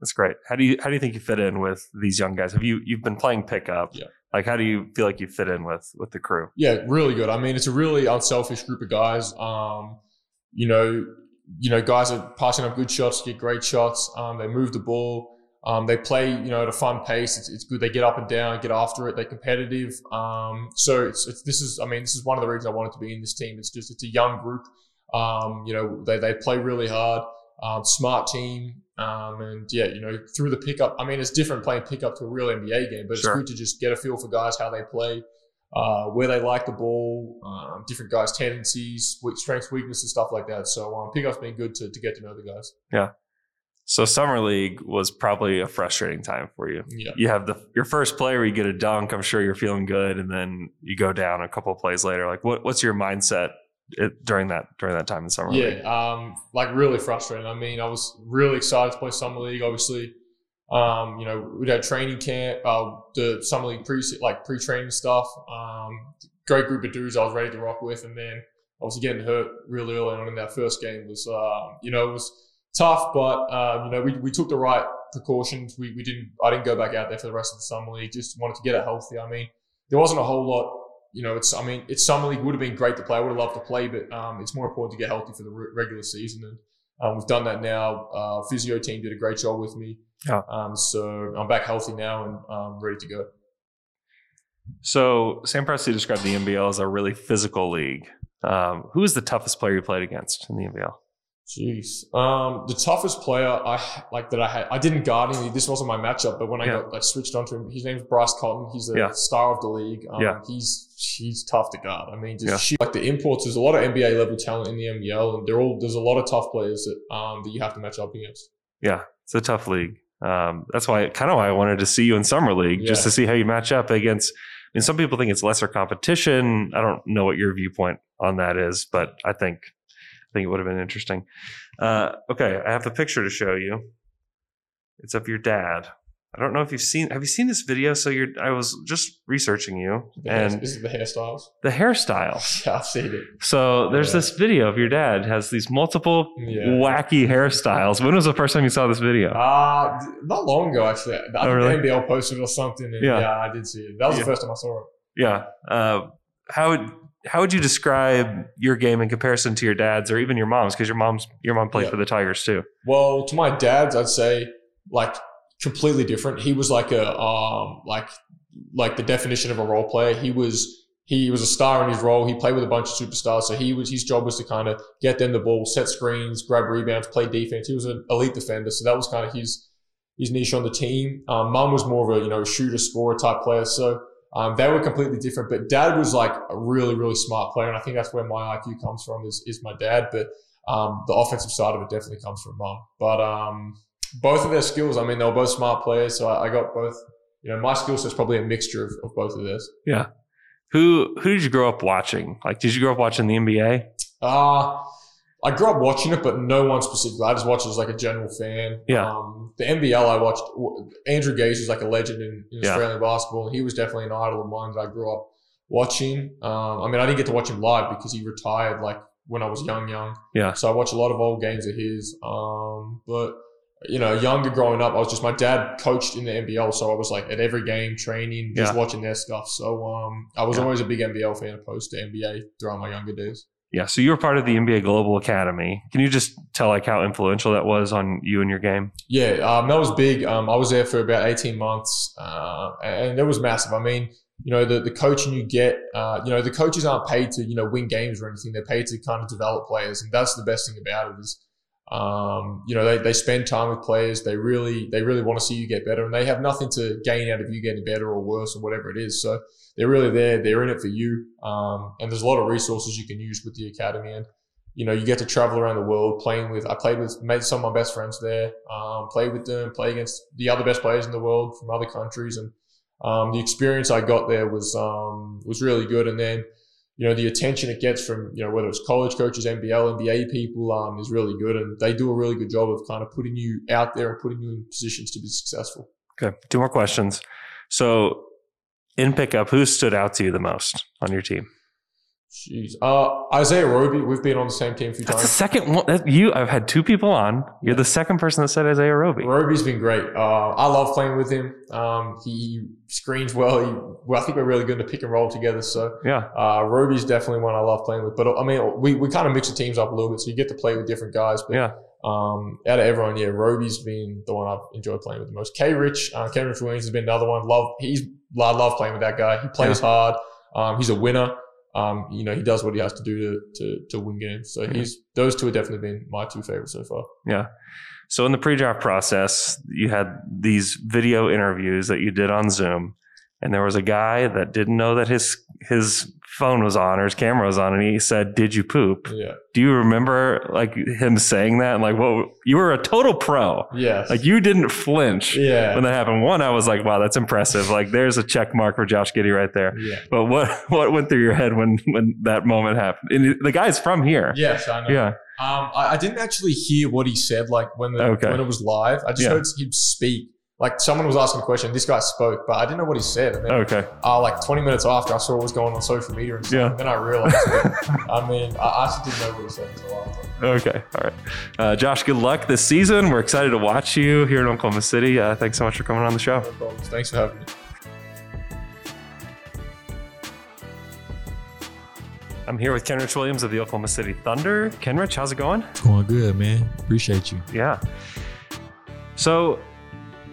That's great. How do you how do you think you fit in with these young guys? Have you you've been playing pickup?
Yeah.
Like, how do you feel like you fit in with with the crew?
Yeah, really good. I mean, it's a really unselfish group of guys. Um, you know, you know, guys are passing up good shots, get great shots. Um, they move the ball. Um, they play, you know, at a fun pace. It's, it's good. They get up and down, get after it. They're competitive. Um, so it's, it's this is, I mean, this is one of the reasons I wanted to be in this team. It's just it's a young group. Um, you know, they they play really hard. Um, smart team. Um, and yeah, you know, through the pickup, I mean, it's different playing pickup to a real NBA game, but
Sure.
it's good to just get a feel for guys how they play uh, where they like the ball, um, different guys' tendencies, weak- strengths, weaknesses, stuff like that. So um, pickup's been good to, to get to know the guys.
So summer league was probably a frustrating time for you.
Yeah,
You have the your first play where you get a dunk. I'm sure you're feeling good, and then you go down a couple of plays later. Like, what what's your mindset it, during that during that time in summer league?
yeah, um, like really frustrating. I mean, I was really excited to play summer league. Obviously, um, you know, we'd had training camp, uh, the summer league pre like pre training stuff. Um, great group of dudes I was ready to rock with, and then obviously getting hurt really early on in that first game was, um, you know, it was tough, but, um, you know, we, we took the right precautions. We, we didn't, I didn't go back out there for the rest of the summer league, just wanted to get it healthy. I mean, there wasn't a whole lot, you know, it's, I mean, it's summer league would have been great to play. I would have loved to play, but, um, it's more important to get healthy for the re- regular season. And, um, we've done that now. Uh, physio team did a great job with me.
Yeah.
Um, so I'm back healthy now and um, ready to go.
So Sam Presti described the NBL as a really physical league. Um, who is the toughest player you played against in the NBL?
Jeez. Um, the toughest player I like that I had, I didn't guard him. This wasn't my matchup, but when I
Yeah.
got like switched onto him, his name's Bryce Cotton. He's a
Yeah.
star of the league. Um,
Yeah.
He's he's tough to guard. I mean, just
Yeah.
shit. like the imports. There's a lot of NBA level talent in the NBL, and they're all there's a lot of tough players that um, that you have to match up against.
Yeah, it's a tough league. Um, that's why kind of why I wanted to see you in summer league just
Yeah.
to see how you match up against. I mean, some people think it's lesser competition. I don't know what your viewpoint on that is, but I think I think it would have been interesting. Uh, okay, I have a picture to show you. It's of your dad. I don't know if you've seen. Have you seen this video? So you're. I was just researching you
The hair-
and
is it the hairstyles?
the hairstyle.
Yeah, I've seen it.
So there's
Yeah.
this video of your dad has these multiple
Yeah.
wacky hairstyles. When was the first time you saw this video?
Uh, not long ago, actually. I think
Oh, really?
the NBL posted it or something. And
Yeah.
yeah. I did see it. That was
Yeah.
the first time I saw it.
Yeah. Uh, how would how would you describe your game in comparison to your dad's or even your mom's? Because your mom's your mom played
Yeah.
for the Tigers too.
Well, to my dad's, I'd say like completely different. He was like a um like like the definition of a role player. He was he was a star in his role. He played with a bunch of superstars, so he was his job was to kind of get them the ball, set screens, grab rebounds, play defense. He was an elite defender, so that was kind of his his niche on the team. Um, Mum was more of a you know shooter, scorer type player, so. Um, they were completely different, but dad was like a really, really smart player. And I think that's where my IQ comes from is, is my dad. But um, the offensive side of it definitely comes from mum. But um, both of their skills, I mean, they were both smart players, so I, I got both. You know, my skill set's probably a mixture of, of both of theirs.
Who who did you grow up watching? Like, did you grow up watching the NBA?
Uh, I grew up watching it, but no one specifically. I just watched it as like a general fan.
Yeah.
Um, the NBL I watched, w- Andrew Gage is like a legend in, in
Yeah.
Australian basketball, and he was definitely an idol of mine that I grew up watching. Um, I mean, I didn't get to watch him live because he retired like when I was young, young.
Yeah.
So I watch a lot of old games of his. Um, but you know, younger growing up, I was just my dad coached in the NBL, so I was like at every game training, just
Yeah.
watching their stuff. So um, I was
Yeah.
always a big NBL fan opposed to NBA throughout my younger days.
Yeah. So you were part of the NBA Global Academy. Can you just tell like how influential that was on you and your game?
Yeah, um, that was big. Um, I was there for about 18 months, uh, and it was massive. I mean, you know, the, the coaching you get, uh, you know, the coaches aren't paid to, you know, win games or anything. They're paid to kind of develop players. And that's the best thing about it is, um, you know, they, they spend time with players. They really, they really want to see you get better and they have nothing to gain out of you getting better or worse or whatever it is. So they're really there. They're in it for you. Um, and there's a lot of resources you can use with the academy. And you know, you get to travel around the world playing with. I played with made some of my best friends there. Um, played with them, play against the other best players in the world from other countries, and um, the experience I got there was um, was really good. And then, you know, the attention it gets from you know whether it's college coaches, NBL, NBA people um, is really good, and they do a really good job of kind of putting you out there and putting you in positions to be successful.
Okay. Two more questions. So in pickup, who stood out to you the most on your team?
Jeez, uh, Isaiah Roby, we've been on the same team a few
That's the
times.
second one. That you, I've had two people on. You're the second person that said Isaiah Roby.
Roby's been great. Uh, I love playing with him. Um, he screens well. He, well. I think we're really good to pick and roll together. So
Yeah.
uh, Roby's definitely one I love playing with. But I mean, we, we kind of mix the teams up a little bit, so you get to play with different guys. But
Yeah.
um, out of everyone, yeah, Roby's been the one I've enjoyed playing with the most. K Rich, uh, K Rich Williams has been another one. Love he's I love playing with that guy. He plays hard. Um, he's a winner. Um, you know, he does what he has to do to to, to win games. So
Mhm.
he's those two have definitely been my two favorites so far.
So in the pre-draft process, you had these video interviews that you did on Zoom, and there was a guy that didn't know that his his phone was on or his camera was on, and he said, "Did you poop?"
Yeah.
Do you remember like him saying that? And like, what? You were a total pro.
Yeah.
Like you didn't flinch
yeah.
when that happened. One, I was like, "Wow, that's impressive." Like, there's a check mark for Josh Giddy right there.
Yeah.
But what what went through your head when when that moment happened? And the guy's from here.
Yes, I know.
Yeah.
Um, I, I didn't actually hear what he said, like when the,
Okay.
when it was live. I just
Yeah.
heard him speak. Like someone was asking a question, this guy spoke, but I didn't know what he said. And then,
Okay.
uh, like 20 minutes after, I saw what was going on social media and stuff.
Yeah.
And then I realized. that, I mean, I actually didn't know what he said until after.
Okay. All right. Uh, Josh, good luck this season. We're excited to watch you here in Oklahoma City. Uh, thanks so much for coming on the show.
No problems. Thanks for having me.
I'm here with Kenrich Williams of the Oklahoma City Thunder. Kenrich, how's it going?
It's going good, man. Appreciate you.
Yeah. So,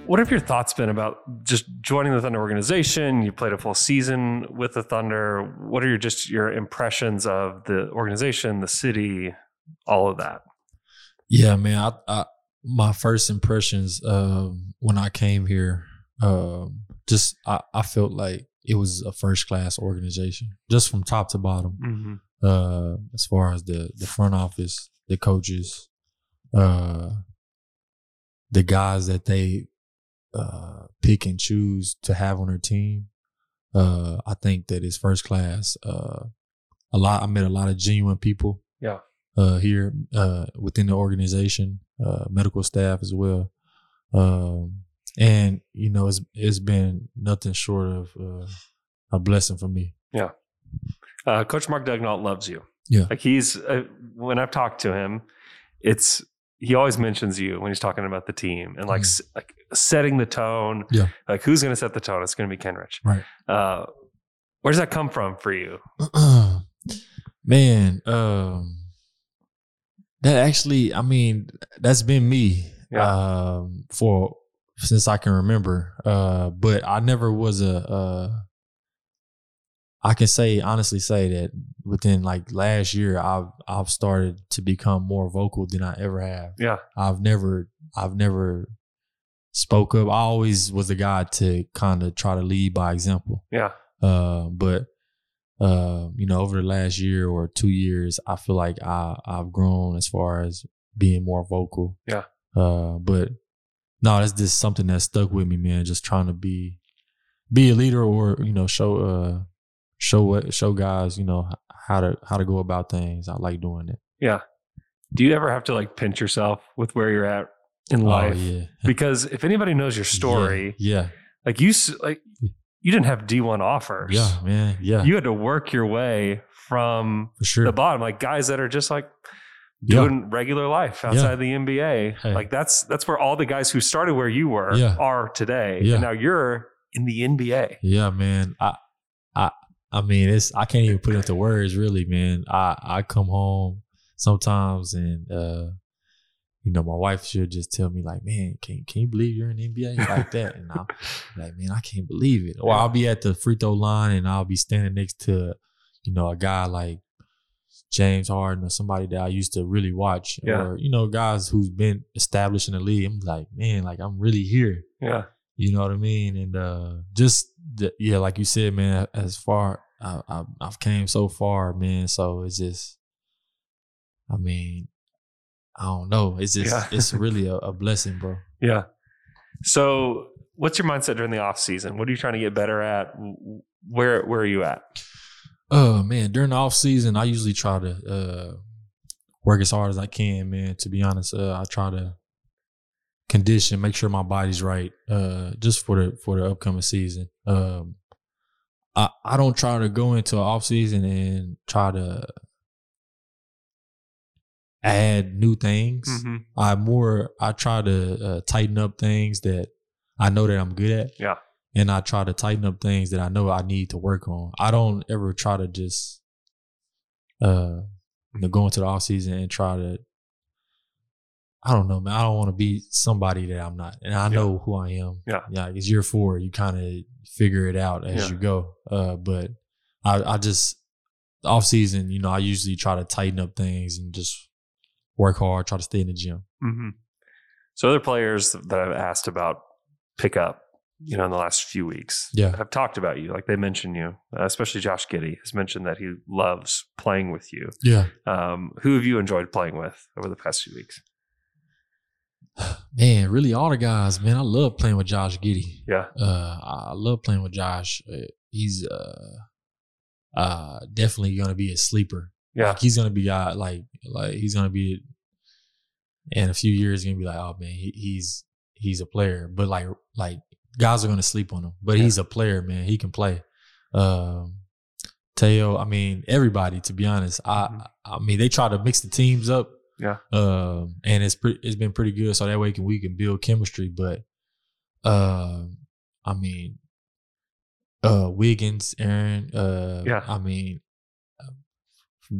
what have your thoughts been about just joining the Thunder organization? You played a full season with the Thunder. What are your just your impressions of the organization, the city, all of that?
Yeah, man. I, I my first impressions um, when I came here, um, just I, I felt like it was a first class organization, just from top to bottom.
Mm-hmm.
Uh, as far as the the front office, the coaches, uh, the guys that they uh, pick and choose to have on their team, uh, I think that it's first class. Uh, a lot. I met a lot of genuine people.
Yeah.
Uh, here uh, within the organization, uh, medical staff as well, um, and you know it's it's been nothing short of uh, a blessing for me.
Uh, Coach Mark Dugnault loves you.
Yeah.
Like he's uh, when I've talked to him, it's he always mentions you when he's talking about the team and like
Mhm.
s- like setting the tone.
Yeah.
Like who's going to set the tone? It's going to be Kenrich.
Right.
Uh, where does that come from for you?
man um that actually i mean that's been me um for since i can remember uh but i never was a uh i can say honestly say that within like last year i've i've started to become more vocal than i ever have
Yeah.
i've never i've never spoke up i always was the guy to kind of try to lead by example
Yeah.
uh, but uh, you know, over the last year or two years, I feel like I I've grown as far as being more vocal.
Yeah.
Uh, but no, that's just something that stuck with me, man. Just trying to be be a leader, or you know, show uh show what show guys, you know, h- how to how to go about things. I like doing it.
Do you ever have to like pinch yourself with where you're at in life?
Oh yeah,
Because if anybody knows your story,
Yeah,
like you s- like you didn't have D1 offers.
yeah, yeah man. Yeah,
You had to work your way from
for sure.
the bottom, like guys that are just like
Yeah.
doing regular life outside the NBA.
Hey.
Like that's that's where all the guys who started where you were
Yeah.
are today.
Yeah.
And now you're in the NBA.
Yeah, man. I, I, I mean, it's I can't even put it into words, really, man. I I come home sometimes, and uh, you know, my wife should just tell me like, man, can can you believe you're in the NBA like that? And I'm like, man, I can't believe it. Or I'll be at the free throw line, and I'll be standing next to, you know, a guy like. James Harden or somebody that I used to really watch,
Yeah.
or you know, guys who's been established in the league. I'm like, man, like I'm really here.
Yeah.
You know what I mean? And uh just the, yeah, like you said, man. As far I, I I've came so far, man. So it's just, I mean, I don't know. It's just
Yeah.
it's really a, a blessing, bro.
Yeah. So what's your mindset during the off season? What are you trying to get better at? W- Where where are you at?
Oh man, during the off season, I usually try to uh, work as hard as I can, man. To be honest, uh, I try to condition, make sure my body's right, uh, just for the for the upcoming season. Um, I I don't try to go into an off season and try to add new things. I more I try to uh, tighten up things that I know that I'm good at.
Yeah.
And I try to tighten up things that I know I need to work on. I don't ever try to just uh you know, go into the off season and try to I don't know, man. I don't want to be somebody that I'm not. And I know who I am.
Yeah.
Yeah. It's year four. You kind of figure it out as
Yeah.
you go. Uh but I I just off season, you know, I usually try to tighten up things and just work hard, try to stay in the gym.
Mm-hmm. So other players that I've asked about pick up, you know, in the last few weeks,
Yeah.
have talked about you. Like they mentioned you, uh, especially Josh Giddy has mentioned that he loves playing with you.
Yeah.
Um, who have you enjoyed playing with over the past few weeks?
Man, really all the guys, man. I love playing with Josh Giddy.
Yeah.
Uh, I love playing with Josh. Uh, He's uh, uh, definitely gonna be a sleeper.
Yeah.
Like he's gonna be uh, like like he's gonna be in a few years gonna be like, oh man, he, he's
he's a player, but like like guys are gonna sleep on him. But he's a player, man. He can play. Um, Teo, I mean everybody. To be honest, I I mean they try to mix the teams up.
Mm-hmm. Yeah.
Um, and it's pretty. It's been pretty good. So that way we can we can build chemistry. But, um, I mean, uh, Wiggins, Aaron. Uh,
Yeah.
I mean,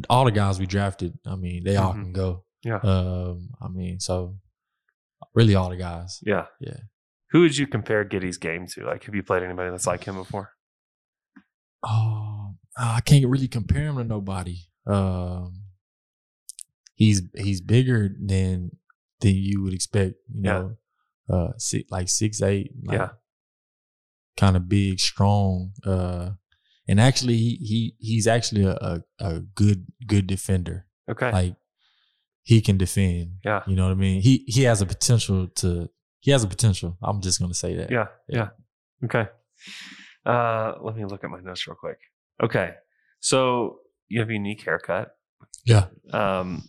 all the guys we drafted. I mean, they all
Mhm.
can go.
Yeah.
Um, I mean, so really all the guys.
Yeah.
Yeah.
Who would you compare Giddy's game to? Like, have you played anybody that's like him before?
Oh, I can't really compare him to nobody. Um, he's he's bigger than than you would expect. You
Yeah.
know, uh, si like six eight. Like
Yeah.
kind of big, strong. Uh, and actually, he, he he's actually a, a a good good defender.
Okay.
Like he can defend.
yeah.
You know what I mean? He he has a potential to. He has a potential. I'm just gonna say that.
Yeah. Yeah. Okay. Uh, let me look at my notes real quick. Okay. So you have a unique haircut.
Yeah.
Um,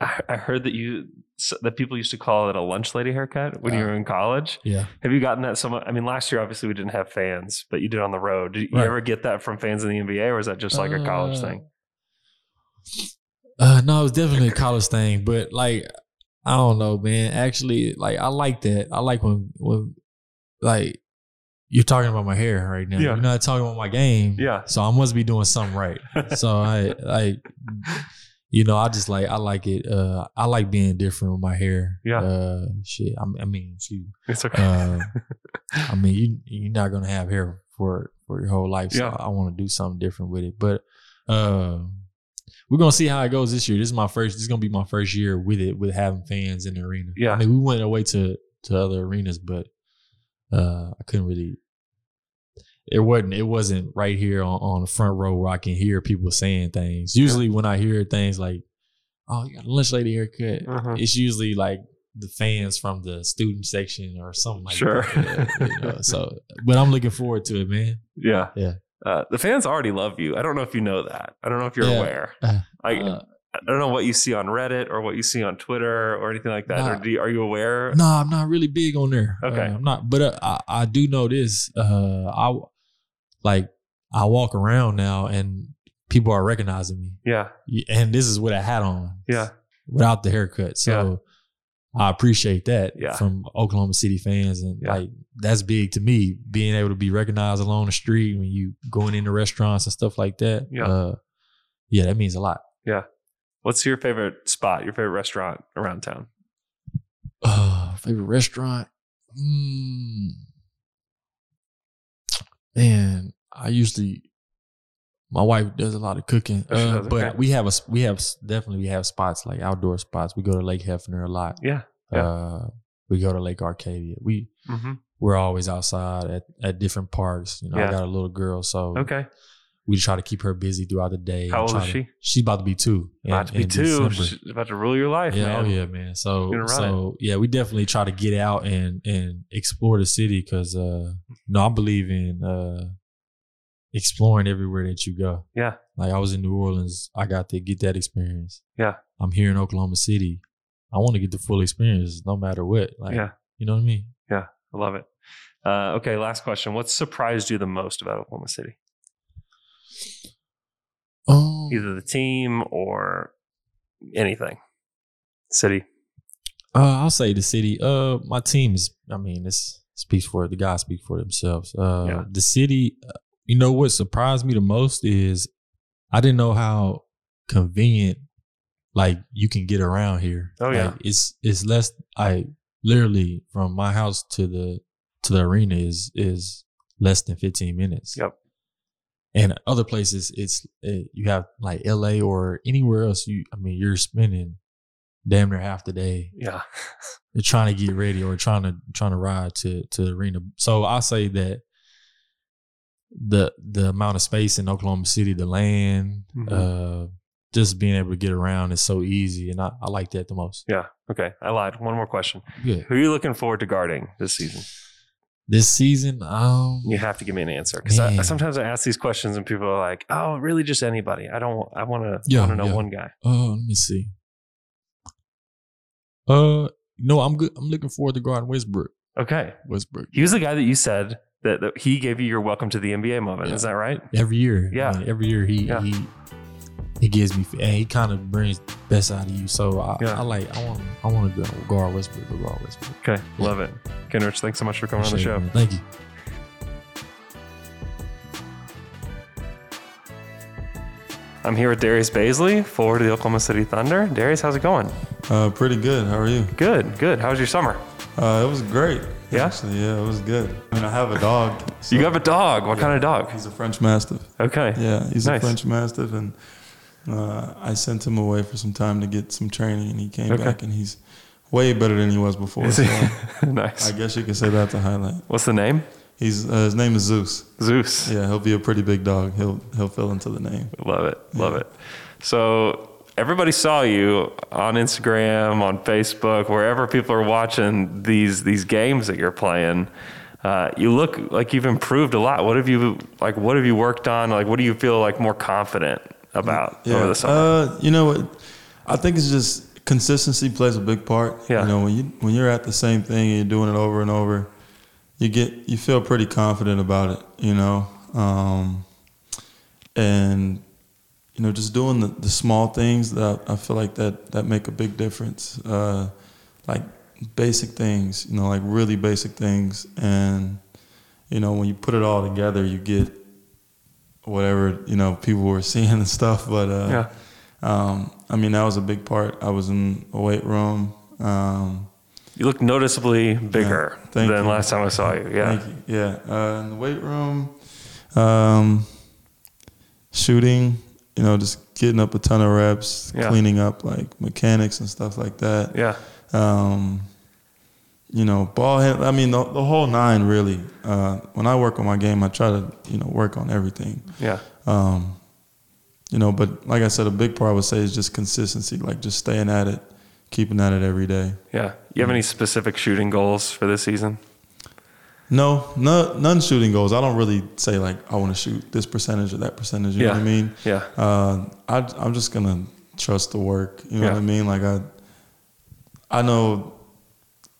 I, I heard that you s- that people used to call it a lunch lady haircut when you
Uh,
were in college.
Yeah.
Have you gotten that so much? I mean, last year obviously we didn't have fans, but you did on the road. Did you
Right.
ever get that from fans in the NBA, or is that just like a college
Uh,
thing?
Uh, no, it was definitely a college thing, but like, I don't know, man. Actually, like, I like that. I like when, when, like, you're talking about my hair right now.
Yeah.
You're not talking about my game.
Yeah.
So I must be doing something right. so I, like, you know, I just like, I like it. Uh, I like being different with my hair.
Yeah.
Uh, shit. I, mean- I mean, excuse me.
It's okay.
Uh, I mean, you you're not gonna have hair for for your whole life. So
Yeah.
I want to do something different with it. But uh, we're gonna see how it goes this year. This is my first. This is gonna be my first year with it with having fans in the arena.
Yeah.
I mean, we went away to to other arenas, but uh, I couldn't really. It wasn't. It wasn't right here on, on the front row where I can hear people saying things. Usually, when I hear things like, "Oh, you got a lunch lady haircut,"
Uh-huh.
it's usually like the fans from the student section or something like
Sure.
that. Yeah, you know, so, but I'm looking forward to it, man.
Yeah.
Yeah.
Uh, the fans already love you. I don't know if you know that. I don't know if you're
Yeah.
aware.
Uh,
I,
Uh,
I don't know what you see on Reddit or what you see on Twitter or anything like that.
Nah.
Or do you, are you aware?
no, I'm not really big on there.
Okay.
Uh, I'm not, but uh, I, I do know this. Uh, I like I walk around now and people are recognizing me,
Yeah.
Yeah, and this is with a hat on.
Yeah.
without the haircut. So I appreciate that
Yeah.
from Oklahoma City fans. And
Yeah.
like that's big to me, being able to be recognized along the street when you going into restaurants and stuff like that.
Yeah.
Uh, yeah, that means a lot.
What's your favorite spot, your favorite restaurant around town?
Uh, favorite restaurant? Mm. Man, I usually my wife does a lot of cooking,
Oh, she
uh,
does,
but
okay.
we have a we have definitely we have spots like outdoor spots. We go to Lake Hefner a lot.
Yeah, yeah.
Uh, we go to Lake Arcadia. We
Mm-hmm.
we're always outside at, at different parks. You know,
Yeah.
I got a little girl, so
Okay.
we try to keep her busy throughout the day.
How old
Try
is
to-
she?
She's about to be two. in-
about to be
in
two.
December.
She's about to rule your life,
Yeah,
man.
oh yeah, man.
Gonna
So
run
so yeah, we definitely try to get out and and explore the city because uh no, I believe in uh exploring everywhere that you go.
Yeah.
Like I was in New Orleans, I got to get that experience.
Yeah.
I'm here in Oklahoma City. I want to get the full experience no matter what. Like
Yeah.
you know what I mean?
I love it. Uh, okay. Last question. What surprised you the most about Oklahoma City?
Um,
Either the team or anything? City.
Uh, I'll say the city. Uh, my team is. I mean, this speaks for the guys speak for themselves. Uh,
Yeah.
the city. uh, You know what surprised me the most is I didn't know how convenient like you can get around here.
Oh, yeah.
Like, it's it's less. I literally from my house to the to the arena is is less than fifteen minutes.
Yep.
And other places, it's it, you have like L.A. or anywhere else. You, I mean, you're spending damn near half the day
Yeah.
they're trying to get ready or trying to trying to ride to to the arena. So I say that the the amount of space in Oklahoma City, the land,
Mm-hmm.
uh, just being able to get around is so easy, and I, I like that the most.
Yeah. Okay. I lied. One more question.
Good.
Who are you looking forward to guarding this season?
This season, um,
You have to give me an answer because I,
Man.
sometimes I ask these questions and people are like, "Oh, really? Just anybody? I don't. I want to.
Yeah,
want to know
yeah.
one guy."
Oh, let me see. Uh, No, I'm good. I'm looking forward to guarding Westbrook.
Okay.
Westbrook
He was the guy that you said that, that he gave you your welcome to the NBA moment.
Yeah.
Is that right?
every year.
Yeah.
man, every year he
Yeah.
he he gives me and he kind of brings the best out of you. So I,
Yeah.
I like I want I want to go guard Westbrook. Go guard Westbrook.
Okay. Love it. Kenrich, thanks so much for coming on the
Appreciate it,
show.
man. Thank you.
I'm here with Darius Baisley, forward of the Oklahoma City Thunder. Darius, how's it going?
Uh, pretty good. How are you?
Good, good. How was your summer?
Uh, it was great.
Yeah?
Actually, yeah, it was good. I mean, I have a dog. so-
You have a dog. What kind of dog?
He's a French Mastiff.
Okay.
Yeah, he's
Nice.
a French Mastiff, and uh, I sent him away for some time to get some training, and he came
Okay.
back, and he's way better than he was before.
Is
So
he-
I
nice.
guess you could say that's a highlight.
What's the name?
He's uh, his name is Zeus.
Zeus.
Yeah, he'll be a pretty big dog. He'll he'll fill into the name.
Love it. Love it. So everybody saw you on Instagram, on Facebook, wherever people are watching these these games that you're playing. Uh, you look like you've improved a lot. What have you like? What have you worked on? Like, what do you feel like more confident about over the summer?
Uh, you know what? I think it's just consistency plays a big part.
Yeah.
You know, when you when you're at the same thing and you're doing it over and over, you get you feel pretty confident about it. You know, um, and you know, just doing the, the small things that I feel like that that make a big difference. Uh, like basic things, you know, like really basic things, and you know, when you put it all together, you get whatever you know people were seeing and stuff. But uh,
Yeah.
um, I mean, that was a big part. I was in a weight room. Um,
you look noticeably bigger
Yeah, thank
than
you.
last time I saw you. Yeah.
Thank you. Yeah. Uh, in the weight room, um, shooting, you know, just getting up a ton of reps,
Yeah.
cleaning up like mechanics and stuff like that.
Yeah.
Um, you know, ball hand, I mean, the, the whole nine really. Uh, when I work on my game, I try to, you know, work on everything.
Yeah.
Um, you know, but like I said, a big part I would say is just consistency, like just staying at it, keeping at it every day.
Yeah. You have any specific shooting goals for this season?
No, no, none shooting goals. I don't really say like I want to shoot this percentage or that percentage. You know what I mean?
Yeah.
Uh, I, I'm just gonna trust the work. You know
Yeah.
what I mean? Like I, I know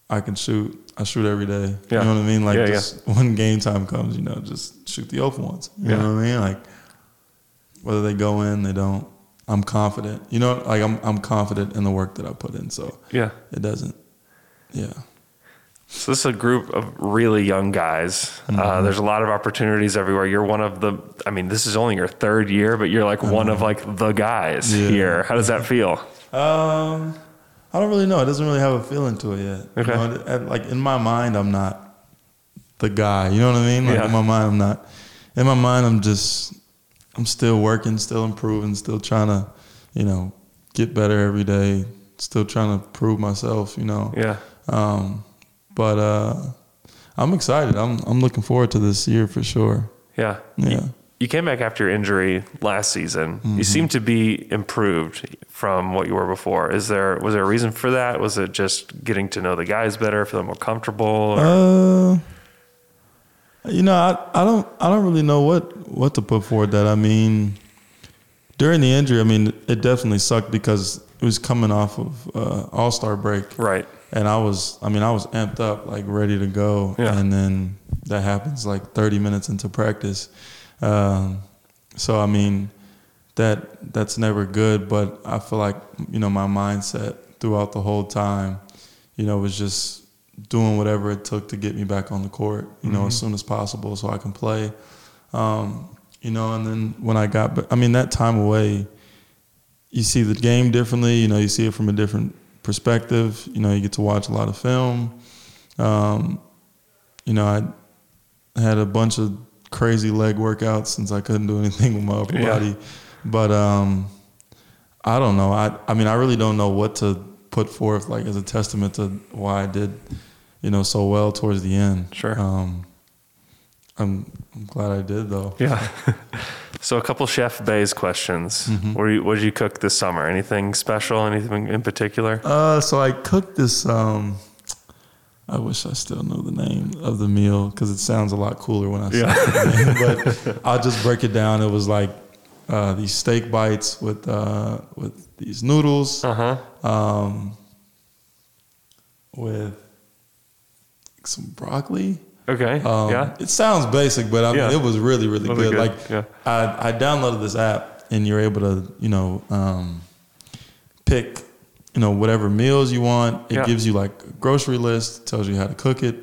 I can shoot. I shoot every day.
Yeah.
You know what I mean? Like
Yeah,
just when game time comes, you know, just shoot the open ones. You
Yeah.
know what I mean? Like whether they go in, they don't. I'm confident. You know, like I'm I'm confident in the work that I put in. So
Yeah.
it doesn't. Yeah.
So this is a group of really young guys. Uh, there's a lot of opportunities everywhere. You're one of the. I mean, this is only your third year, but you're like one of like the guys
Yeah.
here. How does that feel?
Um, I don't really know. It doesn't really have a feeling to it yet. You
Okay.
know, it- it- like in my mind, I'm not the guy. You know what I mean? Like
Yeah.
in my mind, I'm not. In my mind, I'm just. I'm still working, still improving, still trying to, you know, get better every day. Still trying to prove myself. You know.
Yeah,
Um, but uh, I'm excited. I'm I'm looking forward to this year for sure.
yeah.
Yeah.
You came back after your injury last season. You seem to be improved from what you were before. Is there was there a reason for that? Was it just getting to know the guys better, feeling more comfortable? Or,
Uh, you know, I, I don't I don't really know what what to put forward. That I mean, during the injury, I mean, it definitely sucked because it was coming off of uh, All Star break,
right.
and I was I mean I was amped up, like ready to go,
Yeah.
and then that happens like 30 minutes into practice. Um, so I mean, that that's never good. But I feel like you know my mindset throughout the whole time, you know, was just doing whatever it took to get me back on the court, you know, as soon as possible, so I can play. Um, you know, and then when I got, ba- I mean, that time away, you see the game differently. You know, you see it from a different perspective. You know, you get to watch a lot of film. Um, you know, I had a bunch of crazy leg workouts since I couldn't do anything with my upper
Yeah.
body. But um, I don't know. I I mean, I really don't know what to put forth like as a testament to why I did, you know, so well towards the end.
Sure.
Um, I'm I'm glad I did though.
Yeah. so a couple chef Bays questions. What do you, what did you cook this summer? Anything special? Anything in particular?
Uh, so I cooked this. Um, I wish I still knew the name of the meal because it sounds a lot cooler when I say it. but I'll just break it down. It was like uh, these steak bites with uh, with these noodles.
Uh huh.
Um, with some broccoli.
Okay.
Um,
yeah.
It sounds basic, but I mean,
Yeah.
it was really, really
Those are
good.
good.
Like,
Yeah.
I, I downloaded this app, and you're able to, you know, um, pick, you know, whatever meals you want. It
Yeah.
gives you like a grocery list, tells you how to cook it,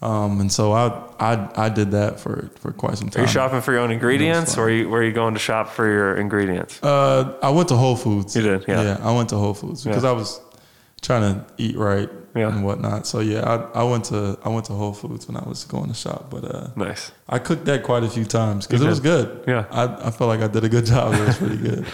um, and so I, I, I did that for for quite some
Are
time.
you shopping for your own ingredients,
um, fine.
or are you, where are you going to shop for your ingredients?
Uh, I went to Whole Foods.
You did, yeah.
I went to Whole Foods because
Yeah.
I was trying to eat right
Yeah.
and whatnot. So yeah, I, I went to I went to Whole Foods when I was going to shop, but uh,
Nice.
I cooked that quite a few times because
You
it
did.
was good.
Yeah.
I, I felt like I did a good job. It was pretty good.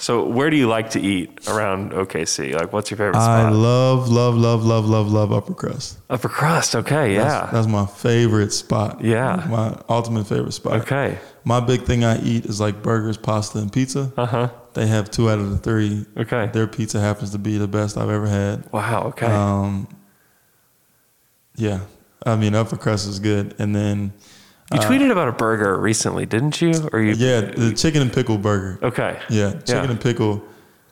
So, where do you like to eat around OKC? Like, what's your favorite
I
spot?
love, love, love, love, love, love Upper Crust.
Upper crust. Okay.
That's,
Yeah.
that's my favorite spot.
Yeah.
my ultimate favorite spot.
okay.
my big thing I eat is like burgers, pasta, and pizza.
Uh huh.
They have two out of the three.
Okay.
Their pizza happens to be the best I've ever had.
Wow. Okay.
Um, yeah, I mean upper crust is good, and then
you
uh,
tweeted about a burger recently, didn't you? Or you?
yeah, the chicken and pickle burger.
Okay.
Yeah, chicken
Yeah.
and pickle,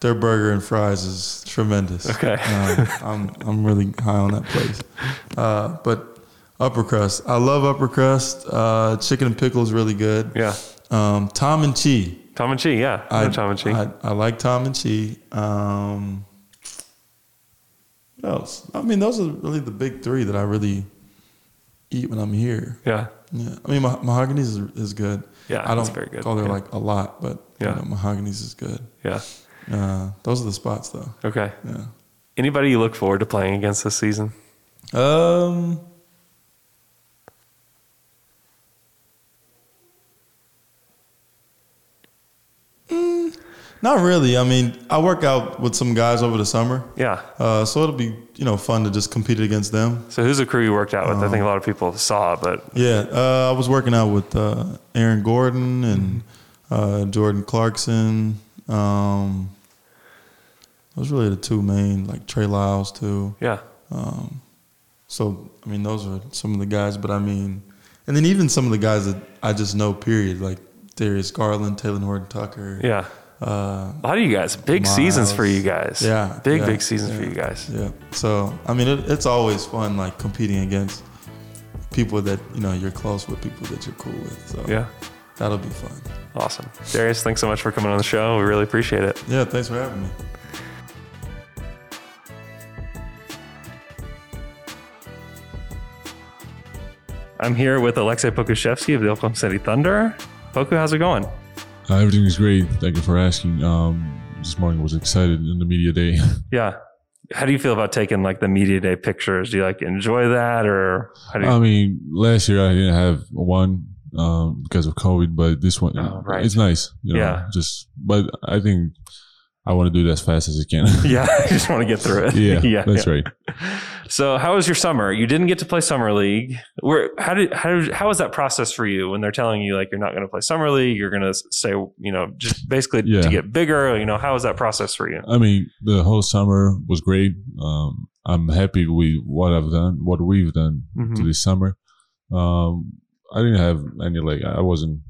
their burger and fries is tremendous.
Okay.
Um, I'm I'm really high on that place, uh, but upper crust, I love upper crust. Uh, chicken and pickle is really good.
Yeah.
Um, Tom and Chi,
Tom and Chi. Yeah. I know Tom and Chi.
I, I like Tom and Chi. Um, what else? I mean, those are really the big three that I really eat when I'm here.
yeah.
Yeah, I mean, mah- mahogany's is, is good.
Yeah,
I
it's
don't
very good,
call there
yeah.
like a lot, but
Yeah.
you know, mahogany's is good.
Yeah.
Uh, those are the spots, though.
Okay.
Yeah.
Anybody you look forward to playing against this season?
Um. mm, Not really. I mean, I work out with some guys over the summer,
Yeah.
uh, so it'll be you know fun to just compete against them.
So who's the crew you worked out with? I
Um,
think a lot of people saw, but
Yeah, uh, I was working out with uh, Aaron Gordon and uh, Jordan Clarkson. Um, those really the two main, like Trey Lyles too.
yeah.
Um, so I mean, those are some of the guys. But I mean, and then even some of the guys that I just know. Period. Like Darius Garland, Taylor Horton Tucker.
Yeah.
Uh,
A lot of you guys, big seasons for
Miles.
you guys.
Yeah,
Big,
yeah,
big seasons for
yeah.
you guys.
yeah. So I mean, it, it's always fun like competing against people that you know you're close with, people that you're cool with. So
Yeah.
that'll be fun.
Awesome. Darius, thanks so much for coming on the show. We really appreciate it.
Yeah. Thanks for having me.
I'm here with Alexei Pokushevsky of the Oklahoma City Thunder. Poku, how's it going?
Uh, everything is great. Thank you for asking. Um, this morning was excited in the media day.
Yeah. How do you feel about taking like the media day pictures? Do you like enjoy that or how do
Um,
you?
I mean, last year I didn't have one um, because of COVID, but this one,
Oh, right.
it's nice. You know,
Yeah.
Just, but I think I want to do it as fast as I can.
yeah, I just want to get through it.
yeah,
yeah,
that's right.
right. So, how was your summer? You didn't get to play summer league. Where how did how did, how was that process for you when they're telling you like you're not going to play summer league? You're going to stay, you know, just basically
Yeah.
to get bigger. You know, how was that process for you?
I mean, the whole summer was great. Um, I'm happy with what I've done, what we've done to
Mhm.
this summer. Um, I didn't have any like I wasn't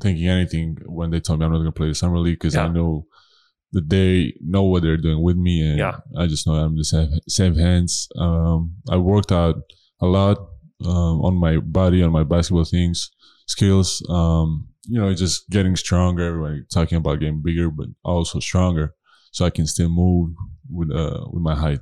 thinking anything when they told me I'm not going to play the summer league because I
Yeah.
know that they know what they're doing with me, and
Yeah.
I just know I'm in the safe, safe hands. Um, I worked out a lot um, on my body, on my basketball things, skills. Um, you know, just getting stronger. Everybody talking about getting bigger, but also stronger, so I can still move with uh, with my height.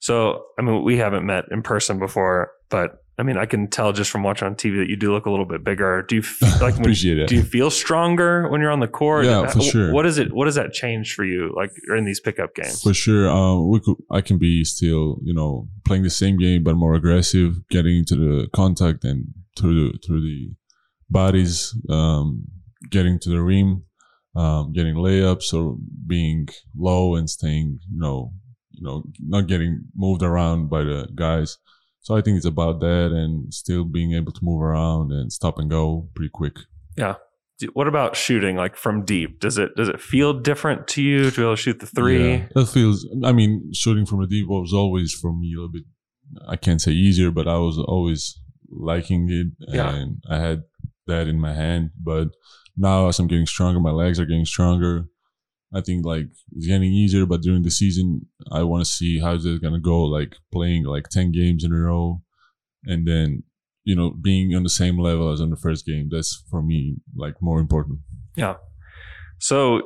So, I mean, we haven't met in person before, but I mean, I can tell just from watching on TV that you do look a little bit bigger. Do you f- like when,
Appreciate it.
do you feel stronger when you're on the court?
Yeah, for sure.
What is it? What does that change for you? Like in these pickup games?
For sure, um, we could, I can be still, you know, playing the same game but more aggressive, getting into the contact and through the through the bodies, um, getting to the rim, um, getting layups or being low and staying, you know, you know, not getting moved around by the guys. So I think it's about that and still being able to move around and stop and go pretty quick.
Do- What about shooting like from deep? Does it does it feel different to you to be able to shoot the three?
Yeah, that feels. I mean, shooting from the deep was always for me a little bit. I can't say easier, but I was always liking it,
Yeah.
and I had that in my hand. But now, as I'm getting stronger, my legs are getting stronger. I think like it's getting easier, but during the season, I want to see how they're gonna go. Like playing like ten games in a row, and then you know being on the same level as on the first game. That's for me like more important.
So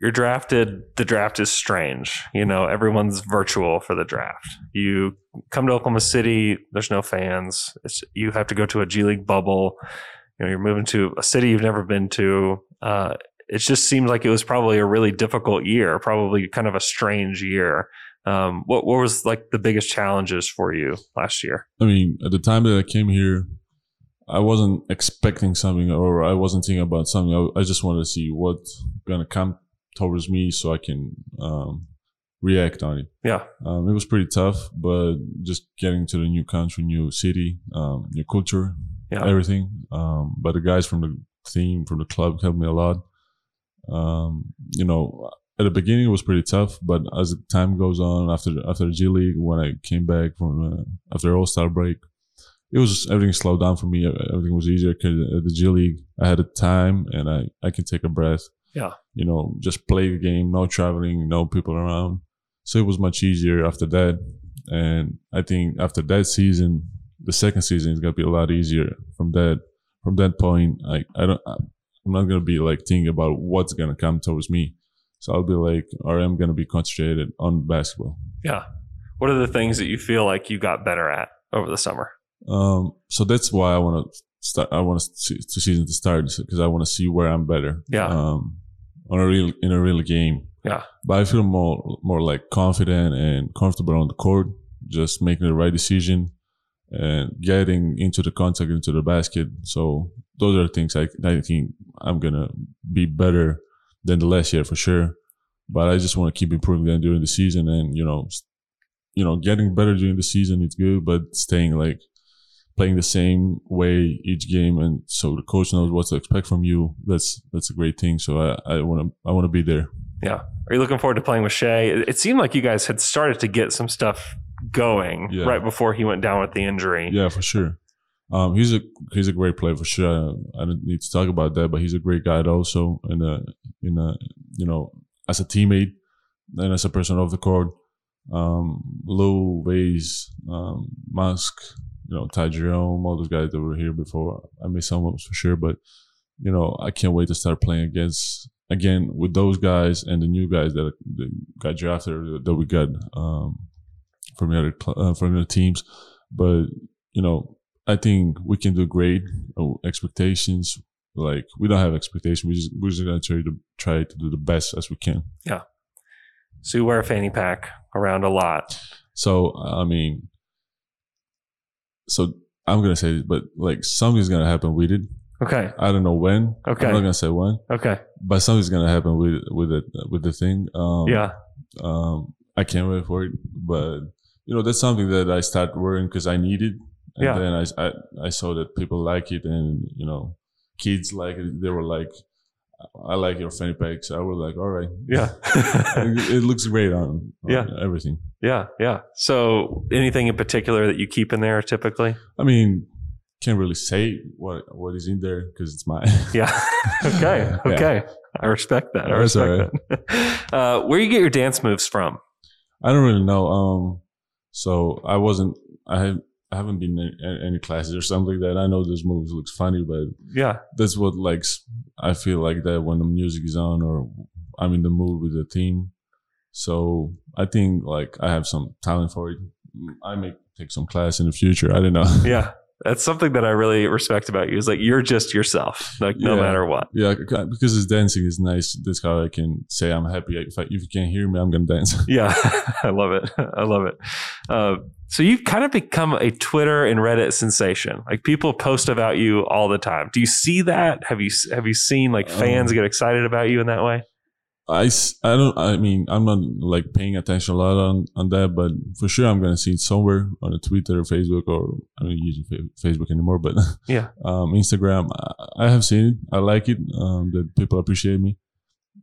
you're drafted. The draft is strange. You know, everyone's virtual for the draft. You come to Oklahoma City. There's no fans. It's, you have to go to a G League bubble. You know, you're moving to a city you've never been to. Uh, it just seemed like it was probably a really difficult year. Probably kind of a strange year. Um, what what was like the biggest challenges for you last year?
I mean, at the time that I came here, I wasn't expecting something or I wasn't thinking about something. I, I just wanted to see what's gonna come towards me so I can um, react on it.
Yeah.
um, it was pretty tough, but just getting to the new country, new city, um, new culture,
Yeah.
everything. Um, but the guys from the team, from the club, helped me a lot. Um, you know, at the beginning it was pretty tough, but as the time goes on, after after the G League, when I came back from uh, after All Star break, it was just, everything slowed down for me. E, Everything was easier because at the G League, I had a time and I I can take a breath.
Yeah.
you know, just play the game, no traveling, no people around. So it was much easier after that. And I think after that season, the second season is gonna be a lot easier. From that, from that point, I I don't, I'm not gonna be like thinking about what's gonna come towards me. So I'll be like, or I'm gonna be concentrated on basketball.
Yeah. What are the things that you feel like you got better at over the summer?
Um, so that's why I want to start. I want to the season to start because I want to see where I'm better.
Yeah.
Um, on a real in a real game.
Yeah.
But I feel more more like confident and comfortable on the court, just making the right decision and getting into the contact into the basket. So those are things I I think I'm gonna be better than the last year for sure. But I just want to keep improving them during the season and you know, s- you know, getting better during the season is good, but staying like playing the same way each game and so the coach knows what to expect from you that's that's a great thing so i i want to i want to be there
Are you looking forward to playing with Shea? It- It seemed like you guys had started to get some stuff going
Yeah.
right before he went down with the injury.
yeah for sure um he's a he's a great player for sure i don't need to talk about that but he's a great guy also and uh in a you know as a teammate and as a person off the court um lou ways um musk you know ty jerome all those guys that were here before i miss some of them for sure but you know i can't wait to start playing against again with those guys and the new guys that, that got drafted or that we got um from the other cl- uh, from the teams but you know i think we can do great Uh, expectations like we don't have expectations we just we're just gonna try to try to do the best as we can
So you wear a fanny pack around a lot.
So I mean, so I'm gonna say, this, but like something's gonna happen with it.
Okay.
I don't know when.
Okay.
I'm not gonna say when,
Okay.
but something's gonna happen with with it with the thing. Um,
yeah.
Um, I can't wait for it, but you know that's something that I started wearing because I needed, and
Yeah.
then I, I I saw that people like it, and you know, kids like it. They were like, I like your fanny packs. I was like, all right,
Yeah.
it, it looks great on, on
Yeah.
everything.
yeah. Yeah. So anything in particular that you keep in there typically?
I mean, can't really say what what is in there because it's mine.
Yeah. okay.
Yeah.
Okay. I respect that. I
That's all
respect that. Uh, where you get your dance moves from?
I don't really know. Um, so I wasn't. I have. I haven't been in a- any classes or something like that. I know this movie looks funny, but
Yeah.
that's what like s- I feel like that when the music is on or I'm in the mood with the team. So I think like I have some talent for it. Mm, I may take some class in the future. I don't know.
Yeah. That's something that I really respect about you is like you're just yourself, like no
Yeah.
matter what.
Yeah, c- c- because it's dancing is nice. That's how I can say I'm happy. If, I, if you can hear me, I'm gonna dance.
Yeah, I love it. I love it. Uh, so you've kind of become a Twitter and Reddit sensation. Like people post about you all the time. Do you see that? Have you have you seen like fans
Um,
get excited about you in that way?
I, s- I don't I mean I'm not like paying attention a lot on, on that but for sure I'm gonna see it somewhere on a Twitter or Facebook or I don't use Fa- Facebook anymore but
Yeah.
um, Instagram I, I have seen it I like it um, that people appreciate me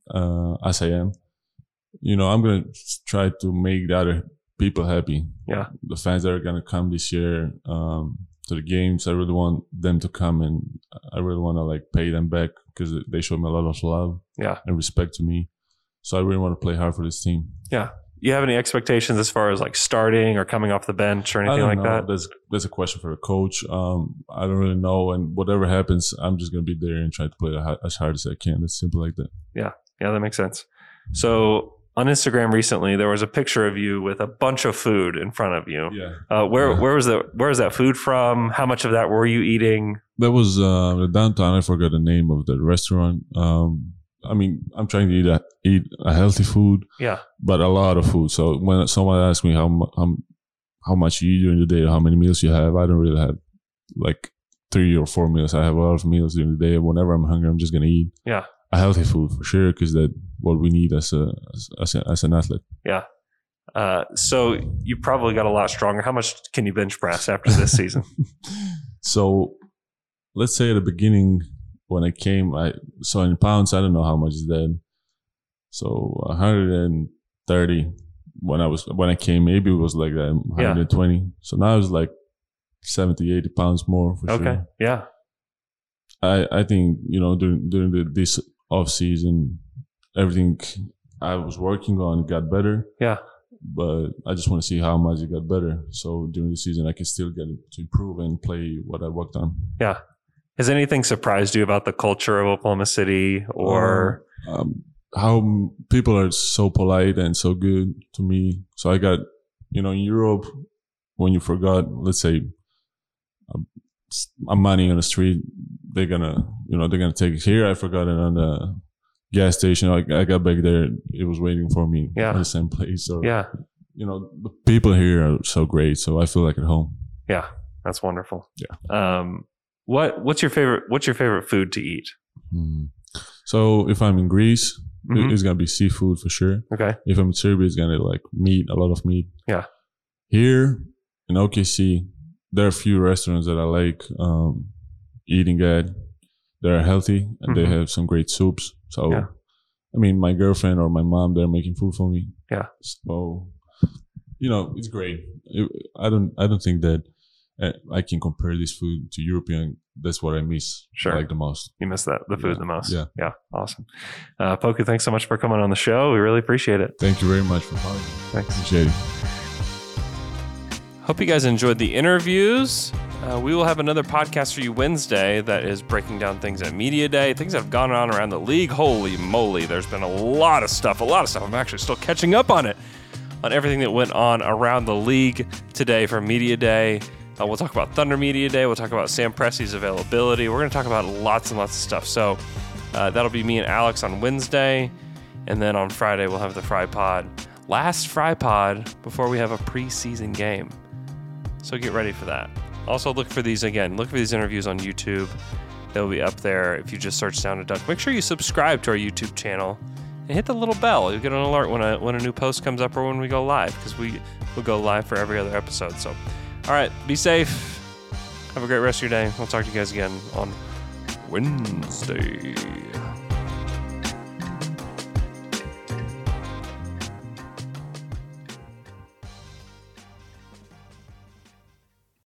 uh, as I am you know I'm gonna s- try to make the other people happy
Yeah.
the fans that are gonna come this year um, to the games I really want them to come and I really want to like pay them back because they showed me a lot of love
Yeah.
and respect to me So I really want to play hard for this team.
You have any expectations as far as like starting or coming off the bench or anything
I
like
don't know.
that?
That's that's a question for a coach. Um, I don't really know, and whatever happens, I'm just gonna be there and try to play hi- as hard as I can. It's simple like that.
Yeah, that makes sense. So on Instagram recently, there was a picture of you with a bunch of food in front of you.
Yeah,
Uh, where where was the where was that food from? How much of that were you eating?
that was uh, the downtown. I forgot the name of the restaurant. Um, I mean, I'm trying to eat a, eat a healthy food,
Yeah,
but a lot of food. So when someone asks me how mu- how, how much you eat during the day, how many meals you have, I don't really have like three or four meals. I have a lot of meals during the day. Whenever I'm hungry, I'm just gonna eat.
Yeah.
a healthy food for sure, because that what we need as a as, as, a, as an athlete.
Uh, so you probably got a lot stronger. How much can you bench press after this season?
so let's say at the beginning when I came, I so in pounds, I don't know how much is that. So 130 when I was when I came, maybe it was like that 120. So now it's like 70, 80 pounds more for
okay,
sure.
yeah,
I I think you know during during the, this off season, everything I was working on got better.
Yeah.
But I just want to see how much it got better. So during the season, I can still get to improve and play what I worked on.
yeah. Has anything surprised you about the culture of Oklahoma City or
um, how m- people are so polite and so good to me. So I got, you know, in Europe, when you forgot, let's say, a, a money on the street, they're gonna, you know, they're gonna take it here. I forgot it on the gas station. I, I got back there, it was waiting for me
Yeah.
at the same place. Or,
yeah,
you know, the people here are so great. So I feel like at home.
yeah? That's wonderful.
Yeah.
Um, what what's your favorite what's your favorite food to eat?
Hmm. So if I'm in Greece, it-
Mhm.
it's gonna be seafood for sure.
Mm-hmm. Okay,
if I'm in Serbia, it's gonna like meat, a lot of meat.
Yeah.
Here in OKC, there are a few restaurants that I like um, eating at. They're healthy and they
Mhm.
have some great soups. So,
Yeah.
I mean, my girlfriend or my mom, they're making food for me.
Yeah.
So, you know, it's great. It, I don't, I don't think that uh, I can compare this food to European. That's what I miss
Sure.
like the most.
you missed that the food
Yeah,
the most.
yeah.
yeah, awesome. Uh, Poku, thanks so much for coming on the show. We really appreciate it.
Thank you very much for having me.
Thanks.
Appreciate it.
Hope you guys enjoyed the interviews. Uh, we will have another podcast for you Wednesday that is breaking down things at Media Day, things that have gone on around the league. Holy moly, there's been a lot of stuff, a lot of stuff. I'm actually still catching up on it, on everything that went on around the league today for Media Day. Uh, we'll talk about Thunder Media Day. We'll talk about Sam Presti's availability. We're going to talk about lots and lots of stuff. So uh, that'll be me and Alex on Wednesday. And then on Friday, we'll have the Fry Pod. Last Fry Pod before we have a preseason game. So get ready for that. Also, look for these again. Look for these interviews on YouTube. They'll be up there if you just search Sound of Duck. Make sure you subscribe to our YouTube channel and hit the little bell. You'll get an alert when a, when a new post comes up or when we go live because we will go live for every other episode. So, all right, be safe. Have a great rest of your day. We'll talk to you guys again on Wednesday.